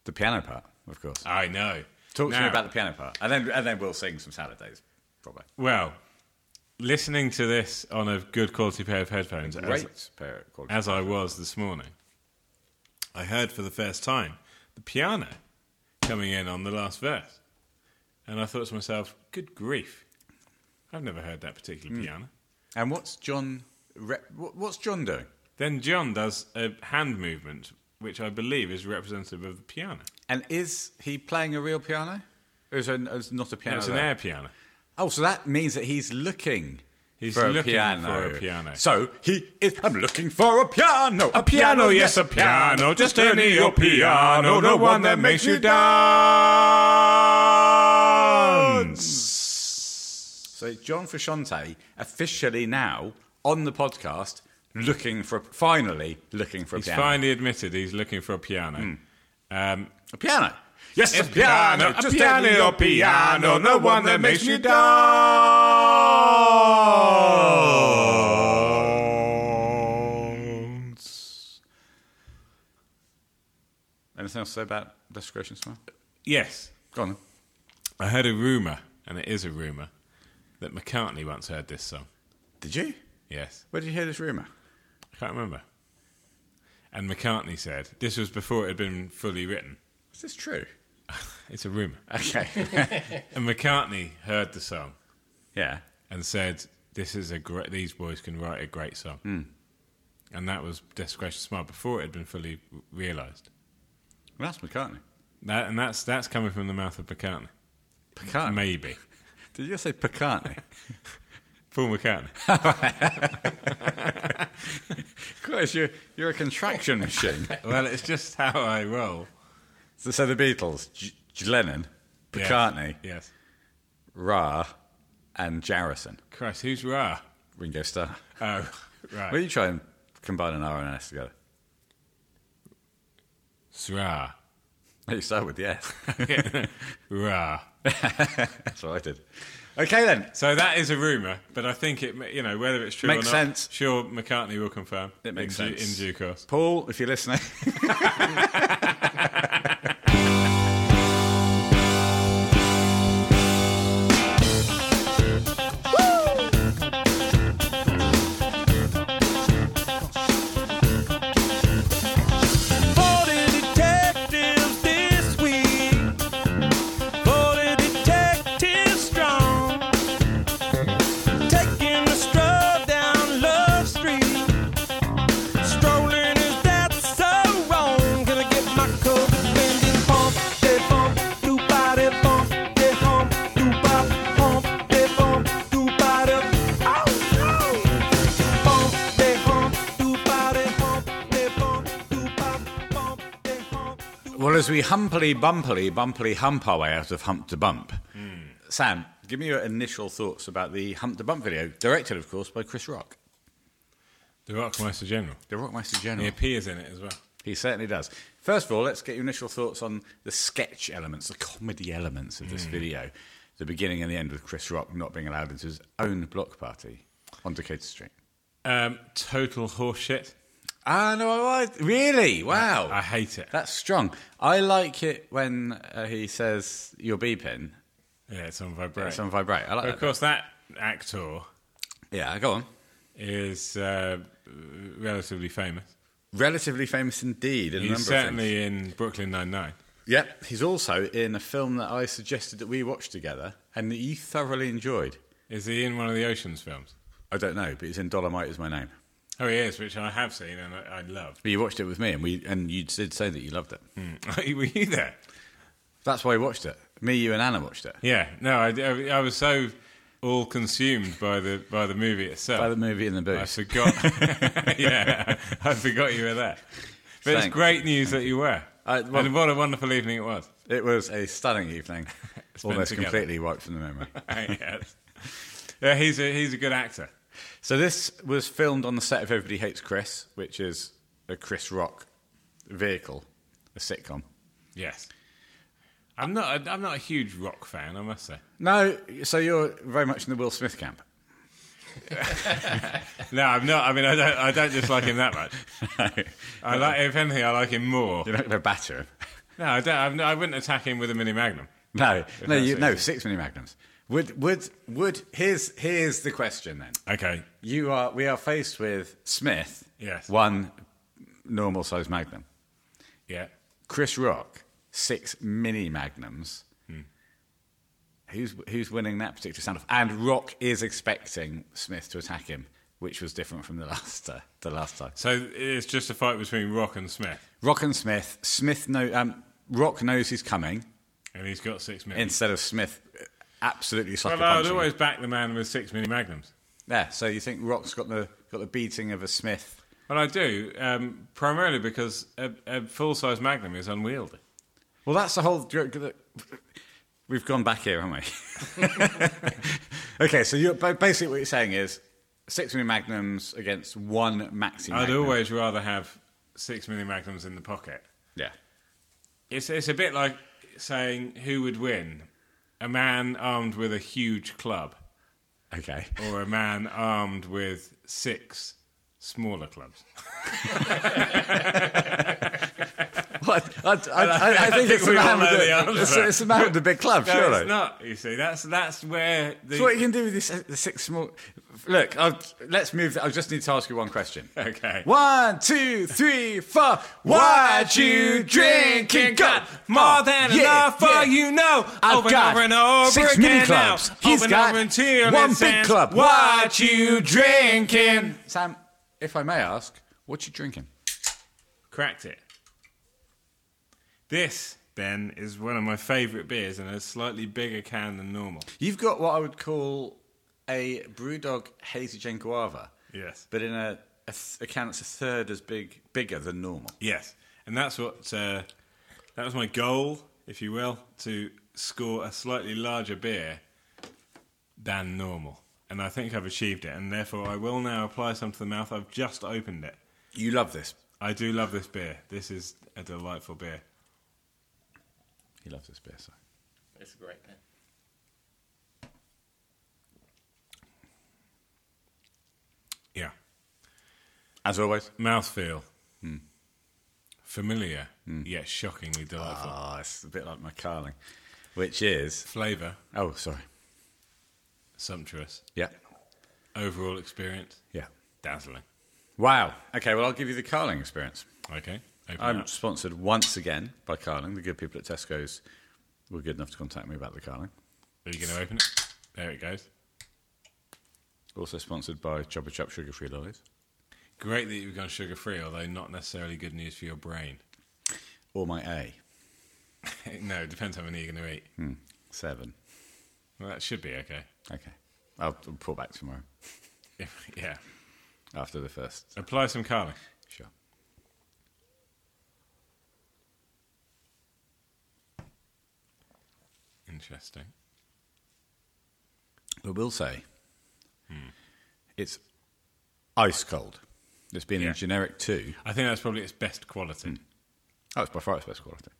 A: the piano part, of course.
B: I know.
A: Talk to me
B: Now-
A: about the piano part, and then and then we'll sing some salad days, probably.
B: Well, listening to this on a good quality pair of headphones, as,
A: Great pair of quality.
B: as I was this morning, I heard for the first time the piano coming in on the last verse. And I thought to myself, good grief, I've never heard that particular piano.
A: And what's John? Re- what- what's John doing?
B: Then John does a hand movement, which I believe is representative of the piano.
A: And is he playing a real piano? Or is it uh, it's not a piano?
B: That's an
A: there?
B: air piano.
A: Oh, so that means that he's looking.
B: He's
A: for a
B: looking
A: piano.
B: for a piano.
A: So he is. I'm looking for a piano.
B: A piano, yes, a piano, just any old piano, the one that makes you dance.
A: So John Frusciante officially now on the podcast looking for finally looking for a
B: He's
A: piano.
B: finally admitted he's looking for a piano. Um,
A: A piano. Yes,
B: a piano, a piano, a piano, the one that makes you dance.
A: Anything else to say about Desecration Smile?
B: Yes,
A: Go on. then.
B: I heard a rumor, and it is a rumor, that McCartney once heard this song.
A: Did you?
B: Yes,
A: Where did you hear this rumour?
B: I can't remember. And McCartney said this was before it had been fully written.
A: Is this true?
B: It's a rumor.
A: Okay.
B: [laughs] And McCartney heard the song
A: yeah.
B: and said, "This is a great. These boys can write a great song." And that was Desecration Smile before it had been fully realised.
A: Well, that's McCartney.
B: That and that's that's coming from the mouth of McCartney. Oh.
A: McCartney.
B: Maybe
A: Did you say McCartney?
B: Paul McCartney.
A: [laughs] of course, you're, you're a contraction machine.
B: [laughs] well, it's just how I roll.
A: so, [laughs] so the Beatles, G- G- Lennon,
B: Yes.
A: McCartney,
B: Yes.
A: Ra, and Jarrison,
B: Christ, who's Ra?
A: Ringo Starr.
B: Oh, [laughs] right.
A: Will you try and combine an R and an S together?
B: It's Ra.
A: [laughs]
B: [laughs]
A: You start with the [laughs] S.
B: Ra.
A: That's what I did. Okay then.
B: So that is a rumor, but I think it, ma- you know, whether it's true
A: Makes
B: or not.
A: sense.
B: Sure, McCartney will confirm.
A: It makes
B: in due-
A: sense.
B: in due course.
A: Paul, if you're listening.
D: Forty detectives this week. Forty detectives strong. Taking a stroll down Love Street. Strolling is that so wrong? Gonna get my coat bending bump, they bump, do body bump, they hump, do bop, hump, they bump, do body. Oh no! Bump, they hump, do body hump, they bump, do bop, bump, they hump.
A: [laughs] well, as we humpily, bumpily, bumpily hump our way out of hump to bump, Sam, give me your initial thoughts about the hump to bump video, directed, of course, by Chris Rock,
B: The Rockmaster General.
A: the Rockmaster
B: He
A: General.
B: appears in it as well.
A: He certainly does. First of all, let's get your initial thoughts on the sketch elements, the comedy elements of this video. The beginning and the end with Chris Rock not being allowed into his own block party on Decatur Street.
B: Um, total horseshit.
A: Ah, no, I, I- really? Wow.
B: I hate it.
A: That's strong. I like it when uh, he says you're beeping.
B: Yeah, it's on vibrate.
A: It's on vibrate. I like
B: But
A: that.
B: of course, that actor
A: Yeah, go on.
B: is uh, relatively famous.
A: Relatively famous indeed. In a number
B: He's
A: of
B: certainly in Brooklyn Nine Nine.
A: Yep, he's also in a film that I suggested that we watch together and that you thoroughly enjoyed.
B: Is he in one of the Ocean's films?
A: I don't know, but it's in Dolomite is my name.
B: Oh, he is, which I have seen and I, I love. [laughs]
A: But you watched it with me, and we and you did say that you loved it.
B: Hmm. Were you there?
A: That's why we watched it. Me, you, and Anna watched it.
B: Yeah. No, I, I- I was so all consumed by the by the movie itself.
A: By the movie in the
B: I
A: booth. [laughs]
B: forgot. [laughs] yeah, I forgot you were there. But
A: Thanks.
B: it's great news that you were.
A: I- well-
B: and what a wonderful evening it was.
A: It was a stunning
B: [laughs]
A: evening,
B: Spent
A: almost
B: together.
A: completely wiped from the memory.
B: [laughs] yes. Yeah, he's a he's a good actor.
A: So this was filmed on the set of Everybody Hates Chris, which is a Chris Rock vehicle, a sitcom.
B: Yes. I'm not. A, I'm not a huge rock fan. I must say.
A: No, so you're very much in the Will Smith camp. [laughs]
B: No, I'm not. I mean, I don't. I don't dislike him that much. I like. If anything, I like him more.
A: You're not going to batter him. [laughs]
B: No, I don't. I'm, not- I wouldn't attack him with a mini magnum.
A: No, no,
B: that's
A: you, no,
B: easy.
A: six mini magnums. Would would would? Here's here's the question then.
B: Okay.
A: You are we are faced with Smith.
B: Yes.
A: One normal size magnum.
B: Yeah.
A: Chris Rock, six mini magnums.
B: Hmm.
A: Who's who's winning that particular standoff? And Rock is expecting Smith to attack him, which was different from the [laughs] last uh, the last time.
B: So it's just a fight between Rock and Smith,
A: Rock and Smith. Smith know um, Rock knows he's coming.
B: and he's got six mini.
A: Instead of Smith, uh, absolutely sucker
B: Well, I would
A: punching him.
B: always back the man with six mini magnums.
A: Yeah, so you think Rock's got the got the beating of a Smith?
B: Well, I do um, primarily because a, a full-size magnum is unwieldy.
A: Well, that's the whole. We've gone back here, haven't we? [laughs] okay, so you're, ba- basically what you're saying is six mini magnums against one maxi.
B: I'd
A: magnum.
B: always rather have six mini magnums in the pocket.
A: yeah.
B: It's it's a bit like saying who would win, a man armed with a huge club
A: Okay, [laughs]
B: or a man armed with six
A: [laughs]
B: smaller clubs.
A: well, I, I, I, I, I think it's a
B: [laughs] we all
A: man with
B: know the
A: the,
B: answer.
A: it's, it's a man with the big club,
B: No,
A: surely.
B: it's not. You see, that's that's where the
A: So what you can do with this, the six small? Look, I'll, let's move. I just need to ask you one question.
B: okay.
A: One, two, three, four. What you drinking? Got
B: more than
A: Yeah,
B: enough for
A: yeah.
B: you know.
A: I've
B: over
A: got
B: and over and over
A: six
B: again
A: mini clubs.
B: now.
A: He's
B: over
A: got
B: and over until
A: one
B: it
A: big
B: says,
A: club.
B: What you drinking?
A: Sam, if I may ask, what you drinking?
B: Cracked it. This Ben is one of my favourite beers in a slightly bigger can than normal.
A: You've got what I would call a brewdog hazy gin guava,
B: Yes.
A: but in a, a, th- a can that's a third as big, bigger than normal.
B: Yes, and that's what uh, that was my goal, if you will, to score a slightly larger beer than normal. And I think I've achieved it, and therefore I will now apply some to the mouth. I've just opened it.
A: You love this.
B: I do love this beer. This is a delightful beer.
A: He loves this beer. So.
C: It's a great pen.
B: Yeah,
A: As always. Hmm.
B: mouthfeel familiar yet shockingly delightful.
A: Ah, it's a bit like my Carling, which is.
B: Flavor
A: Oh, sorry.
B: sumptuous.
A: Yeah.
B: Overall experience
A: Yeah.
B: dazzling.
A: Wow. Okay, well, I'll give you the Carling experience.
B: Okay, open
A: I'm
B: up.
A: sponsored once again by Carling. The good people at Tesco's were good enough to contact me about the Carling.
B: Are you going to open it? There it goes.
A: Also sponsored by Chopper Chop Sugar Free Lollies.
B: Great that you've gone sugar free, although not necessarily good news for your brain. [laughs]
A: Or my A,
B: no, it depends how many you're going to eat.
A: seven.
B: Well, that should be okay. [laughs]
A: Okay. I'll I'll pull back tomorrow
B: If- yeah.
A: after the first.
B: Apply some carling.
A: Sure.
B: Interesting.
A: I will say it's hmm, ice cold. It's been
B: Yeah.
A: in generic two.
B: I think that's probably its best quality.
A: Oh, it's by far its best quality.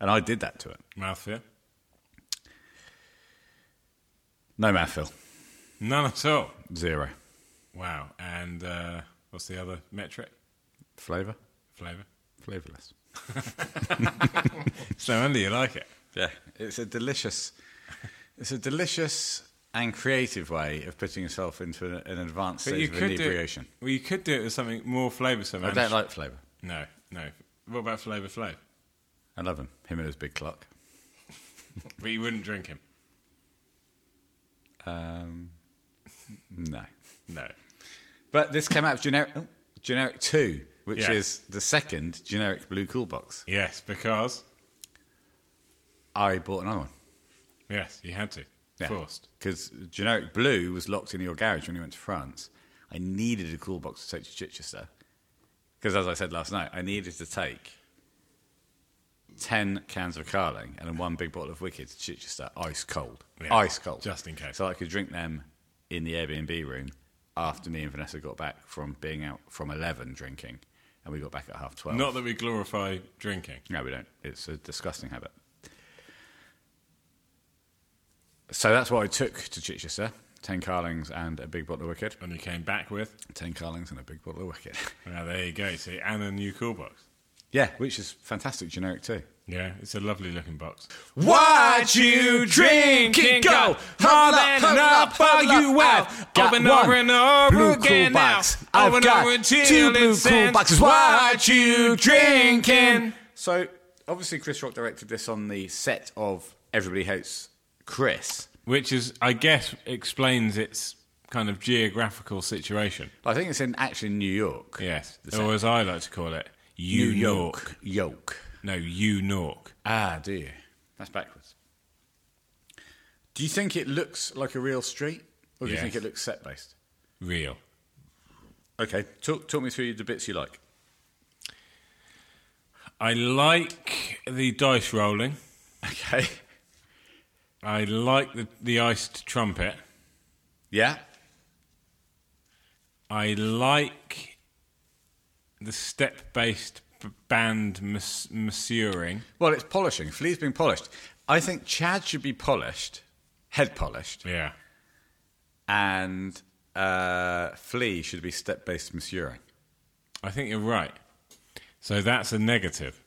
A: And I did that to it.
B: Mouthfeel?
A: No mouthfeel.
B: None at all.
A: Zero.
B: Wow. And uh, what's the other metric?
A: Flavour?
B: Flavour?
A: Flavourless.
B: So, Andy, you like it?
A: Yeah. It's a delicious it's a delicious and creative way of putting yourself into an, an advanced
B: But
A: stage
B: you
A: of
B: could, do it,
A: inebriation.
B: well, you could do it with something more flavoursome.
A: I don't like flavour.
B: No, no. What about Flavour Flav?
A: I love him. Him and his big clock.
B: But you wouldn't drink him.
A: Um, no.
B: No.
A: But this came out of generic oh, generic two, which
B: Yeah.
A: is the second generic blue cool box.
B: Yes, because.
A: I bought another one.
B: Yes, you had to. Forced.
A: Because generic blue was locked in your garage when you went to France. I needed a cool box to take to Chichester. Because as I said last night, I needed to take 10 cans of Carling and then one big bottle of Wicked to Chichester, ice cold.
B: Yeah,
A: ice cold.
B: just in case.
A: So I could drink them in the Airbnb room after me and Vanessa got back from being out from 11 drinking. And we got back at half 12.
B: Not that we glorify drinking.
A: No, we don't. It's a disgusting habit. So that's what I took to Chichester 10 carlings and a big bottle of wicked.
B: And you came back with.
A: 10 carlings and a big bottle of wicked. [laughs]
B: Now, there you go. See, and a new cool box.
A: yeah, which is fantastic generic too.
B: Yeah, it's a lovely looking box.
A: What you drinking? Go hard and up, all you have. Got
B: Over and over
A: one
B: and over
A: blue
B: again
A: cool box.
B: now.
A: I've
B: Over and
A: got
B: over until
A: two
B: it
A: blue cool
B: sends.
A: boxes. What you
B: drinking?
A: drinking? So obviously, Chris Rock directed this on the set of Everybody Hates Chris.
B: Which is, I guess, explains its kind of geographical situation.
A: I think it's in actually New York.
B: Yes.
A: The
B: Or
A: same.
B: as I like to call it,
A: New
B: U York.
A: York. Yoke.
B: No, U Nork.
A: Ah, do you? That's backwards. Do you think it looks like a real street, or do
B: Yes.
A: you think it looks set based?
B: Real.
A: Okay, talk talk me through the bits you like.
B: I like the dice rolling.
A: [laughs] Okay.
B: I like the, the iced trumpet.
A: Yeah.
B: I like the step based band mas- masseuring.
A: Well, it's polishing. Flea's been polished. I think Chad should be polished, head polished,
B: Yeah.
A: and uh, Flea should be step based masseuring.
B: I think you're right. So that's a negative.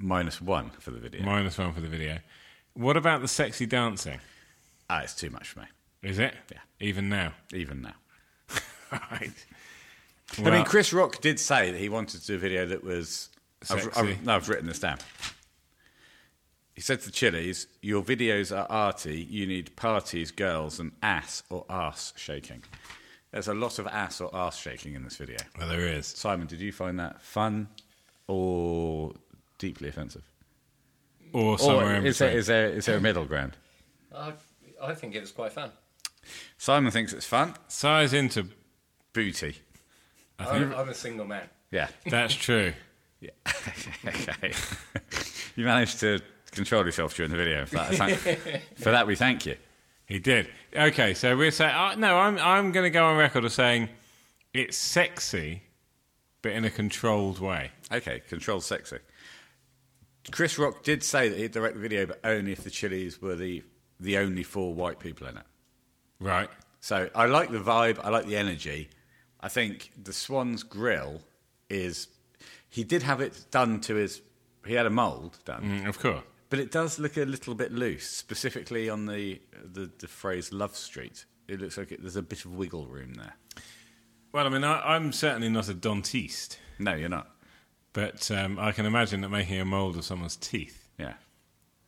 A: Minus one for the video.
B: Minus one for the video. What about the sexy dancing?
A: ah, it's too much for me,
B: Is it?
A: Yeah.
B: Even now.
A: even now.
B: right.
A: I
B: Well,
A: mean, Chris Rock did say that he wanted to do a video that was. I've,
B: Sexy.
A: I've- no, I've written this down. He said to Chili's, "Your videos are arty. You need parties, girls, and ass or ass shaking." There's a lot of ass or ass shaking in this video.
B: well, there is.
A: Simon, did you find that fun or deeply offensive?
B: Or somewhere in
A: or is
B: between.
A: there, is, there, is there a middle ground?
C: I, I think it was quite fun.
A: Simon thinks it's fun.
B: Size into.
A: Booty.
C: I am I'm a single man.
A: Yeah.
B: That's true.
A: Yeah. [laughs] okay. you managed to control yourself during the video. For that, thank- for that we thank you.
B: He did. Okay, so we're saying uh, no. I'm I'm going to go on record as saying it's sexy, but in a controlled way.
A: Okay, controlled sexy. Chris Rock did say that he'd direct the video, but only if the Chili's were the, the only four white people in it.
B: Right.
A: So I like the vibe. I like the energy. I think the Swan's Grill is. He did have it done to his. He had a mould done,
B: Mm, of course.
A: but it does look a little bit loose, specifically on the the, the phrase "Love Street." It looks like it, there's a bit of wiggle room there.
B: Well, I mean, I, I'm certainly not a dentiste,
A: No, you're not.
B: but um, I can imagine that making a mold of someone's teeth
A: Yeah.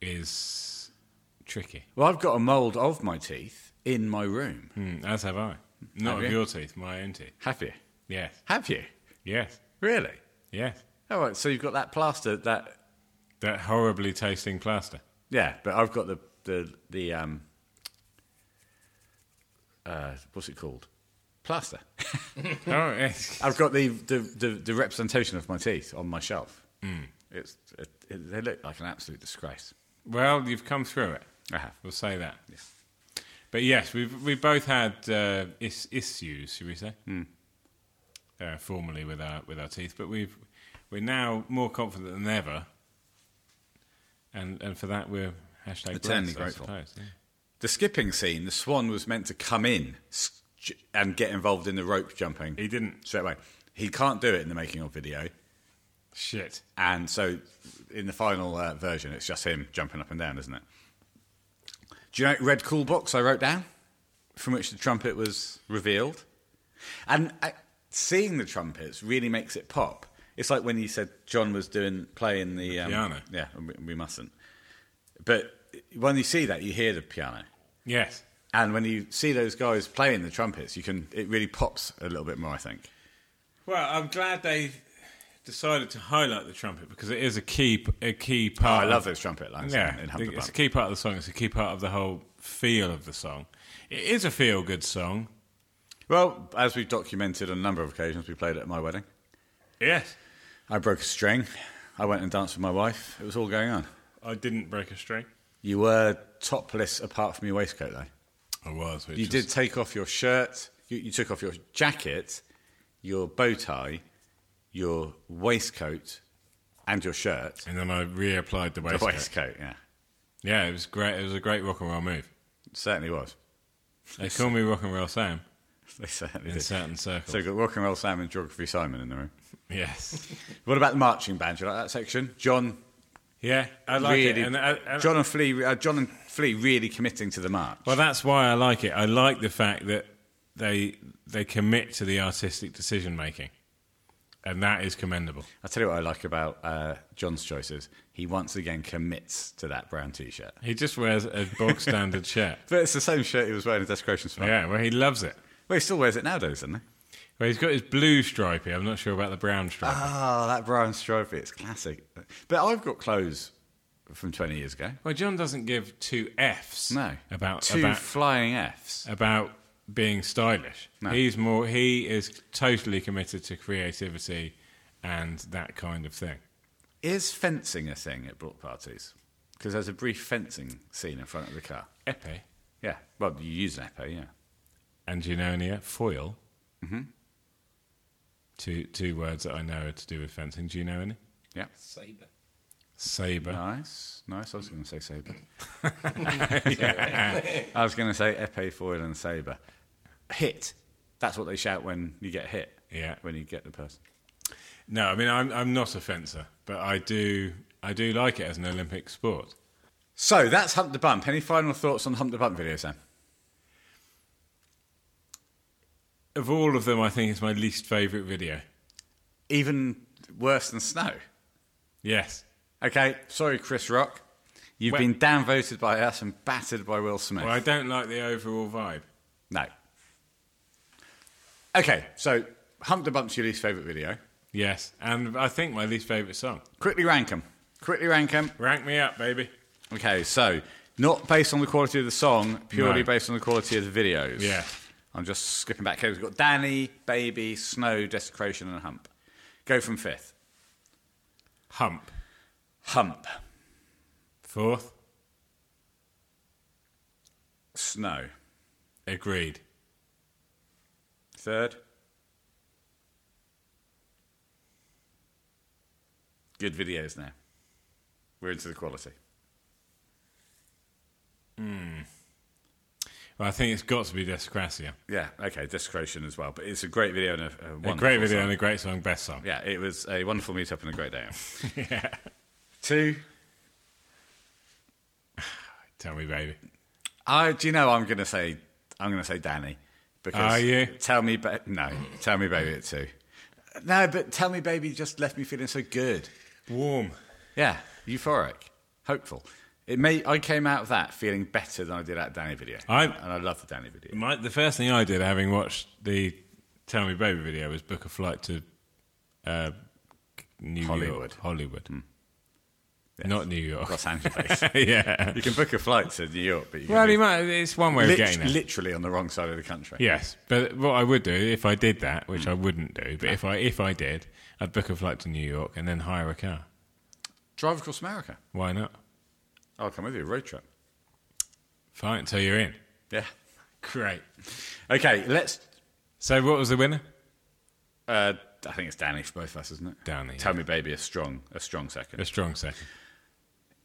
B: is tricky.
A: Well, I've got a mould of my teeth in my room.
B: Mm, as have I. Not
A: Have
B: of
A: you?
B: your teeth, my own teeth.
A: Have you?
B: Yes.
A: Have you?
B: Yes.
A: Really?
B: Yes.
A: All right. So you've got that plaster. That
B: That horribly
A: [laughs]
B: tasting plaster.
A: yeah. But I've got the the the um. Uh, what's it called? Plaster.
B: oh, yes.
A: I've got the the, the the representation of my teeth on my shelf. Mm. It's it, it, they look like an absolute disgrace.
B: Well, you've come through it.
A: I have.
B: We'll say that.
A: Hmm.
B: But yes, we've we both had uh, is- issues, should we say? uh, formally with our with our teeth, but we've we're now more confident than ever, and and for that we're hashtag
A: Eternally
B: blessed,
A: grateful.
B: I suppose, yeah.
A: The skipping scene, the swan was meant to come in s- j- and get involved in the rope jumping.
B: He didn't.
A: Straight away. He can't do it in the making of video.
B: Shit.
A: And so in the final uh, version, it's just him jumping up and down, isn't it? Do you know Red Cool Box I wrote down? From which the trumpet was revealed. And I, seeing the trumpets really makes it pop. It's like when you said John was doing playing the, um,
B: piano.
A: Yeah, and we, we mustn't. But when you see that, you hear the piano.
B: Yes.
A: And when you see those guys playing the trumpets, you can it really pops a little bit more, I think.
B: Well, I'm glad they decided to highlight the trumpet because it is a key a key part.
A: Oh, I love
B: of-
A: those trumpet lines
B: Yeah,
A: in, in Hump the
B: it's a
A: Bump.
B: key part of the song. It's a key part of the whole feel of the song. It is a feel good song.
A: Well, as we've documented on a number of occasions, we played it at my wedding.
B: Yes.
A: I broke a string. I went and danced with my wife. It was all going on.
B: I didn't break a string.
A: You were topless apart from your waistcoat, though.
B: I was. Which
A: You
B: is-
A: did take off your shirt. You, you took off your jacket, your bow tie, your waistcoat, and your shirt.
B: And then I reapplied the
A: The
B: waistcoat.
A: waistcoat, yeah,
B: Yeah, it was great. It was a great rock and roll move.
A: It certainly was. [laughs]
B: They call me rock and roll Sam
A: They certainly
B: in
A: did.
B: certain circles.
A: So we've got rock and roll Sam and geography Simon in the room.
B: yes.
A: What about the marching band? Do you like that section? John
B: Yeah, I like
A: really,
B: it. And, and- and-
A: John and Flea, uh, John and Flea really committing to the march.
B: Well, that's why I like it. I like the fact that they they commit to the artistic decision making, and that is commendable.
A: I'll tell you what I like about uh, John's choices. He once again commits to that brown t-shirt.
B: He just wears a bog standard
A: [laughs]
B: shirt.
A: But it's the same shirt he was wearing in Desecration's Smile.
B: Yeah, well, he loves it.
A: Well, he still wears it nowadays, doesn't he?
B: Well, he's got his blue stripey. I'm not sure about the brown stripe.
A: Oh, that brown stripe, it's classic. But I've got clothes from 20 years ago.
B: well, John doesn't give two f's.
A: No.
B: about
A: Two
B: about,
A: flying Fs.
B: about being stylish.
A: No.
B: He's more. He is totally committed to creativity and that kind of thing.
A: Is fencing a thing at block parties? Because there's a brief fencing scene in front of the car.
B: Epe.
A: Yeah. Well, you use an epee, yeah.
B: and Junonia foil. Mm-hmm. Two two words that I know are to do with fencing. Do you know any?
A: Yeah.
C: Saber.
B: Saber. [laughs]
A: Nice. Nice. I was going to say saber. [laughs]
B: Ah,
A: I was going to say epee, foil, and saber. Hit. That's what they shout when you get hit.
B: Yeah.
A: When you get the person.
B: No, I mean I'm I'm not a fencer, but I do I do like it as an Olympic sport.
A: So that's Hump the Bump. Any final thoughts on the Hump the Bump video, Sam?
B: Of all of them, I think it's my least favourite video.
A: Even worse than snow.
B: Yes.
A: Okay. Sorry, Chris Rock. You've
B: Well-
A: been downvoted by us and battered by Will Smith.
B: Well, I don't like the overall vibe.
A: No. Okay. So Hump the Bump's your least favourite video.
B: Yes, and I think my least favourite song.
A: Quickly rank them. Quickly rank them.
B: Rank me up, baby.
A: Okay, so not based on the quality of the song, purely
B: No.
A: based on the quality of the videos.
B: Yeah.
A: I'm just skipping back here. We've got Danny, Baby, Snow, Desecration, and Hump. Go from fifth.
B: Hump.
A: Hump,
B: Fourth.
A: Snow.
B: Agreed.
A: Third. Good videos now. We're into the quality.
B: Well, I think it's got to be Descrasia.
A: Yeah, okay, Desecration as well. But it's a great video and a, a
B: A
A: wonderful
B: great video
A: song.
B: and a great song, best song.
A: Yeah, it was a wonderful meetup and a great day. out.
B: [laughs]
A: Two.
B: Tell me, baby.
A: I do you know I'm gonna say I'm gonna say Danny because
B: Are you?
A: tell me ba- no tell me baby at two no but tell me baby just left me feeling so good
B: Warm.
A: yeah euphoric hopeful it may I came out of that feeling better than I did at Danny video
B: I-
A: and I love the Danny video
B: My, the first thing I did, having watched the "Tell Me Baby" video, was book a flight to uh, New
A: Hollywood. Hmm.
B: York, Hollywood, not New York.
A: Los
B: [laughs]
A: Angeles
B: yeah.
A: you can book a flight to New York but you can
B: Well,
A: be
B: you might, it's one way of
A: lit-
B: getting there.
A: literally on the wrong side of the country
B: yes, but what I would do if I did that, which
A: Hmm.
B: I wouldn't do, but if I if I did, I'd book a flight to New York and then hire a car.
A: drive across America
B: Why not?
A: I'll come with you road trip
B: Fine, so you're in.
A: yeah
B: Great.
A: okay let's
B: So, what was the winner?
A: Uh, I think it's Danny for both of us, isn't it?
B: Danny,
A: Tell me, baby, a strong, a strong second.
B: A strong second.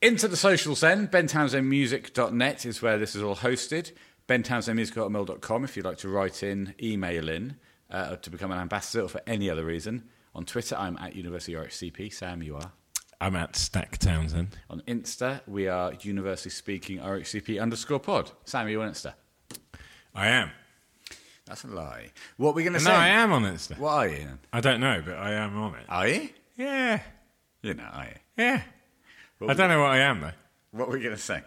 A: Into the socials then. BenTownsendMusic.net is where this is all hosted. BenTownsendMusic.com if you'd like to write in, email in, uh, to become an ambassador or for any other reason. On Twitter, I'm at University RHCP. Sam, you are.
B: I'm at Stack Townsend.
A: On Insta, we are University Speaking RHCP underscore pod. Sam, are you on Insta?
B: I am.
A: That's a lie. What we're going to
B: No,
A: say?
B: I am on Insta.
A: What are you?
B: I don't know, but I am on it.
A: Are you?
B: Yeah,
A: You know, are you?
B: yeah.
A: What
B: I
A: we-
B: don't know what I am though.
A: What were we going to say?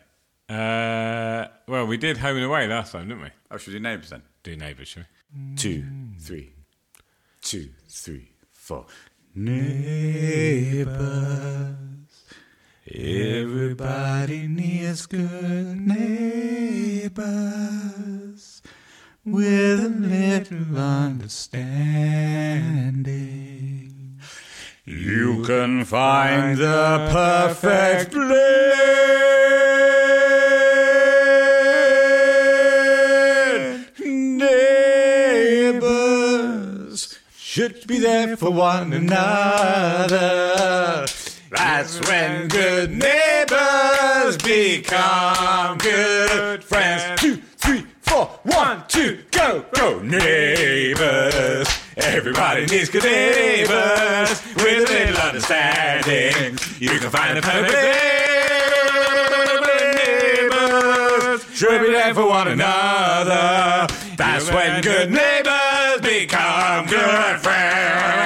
B: Uh, well, we did home and away last time, didn't we?
A: Oh, should we do names then?
B: Do neighbours, shall we?
A: Two, three, two, three, four. Neighbors, everybody needs good neighbors with a little understanding. You can find the perfect blend. Neighbors should be there for one another. That's when good neighbors become good friends. Two, three, four, one, two, go, go, neighbors. Everybody needs good neighbors with a little understanding. You can find the perfect neighbors. Should be there for one another. That's when good neighbors become good friends.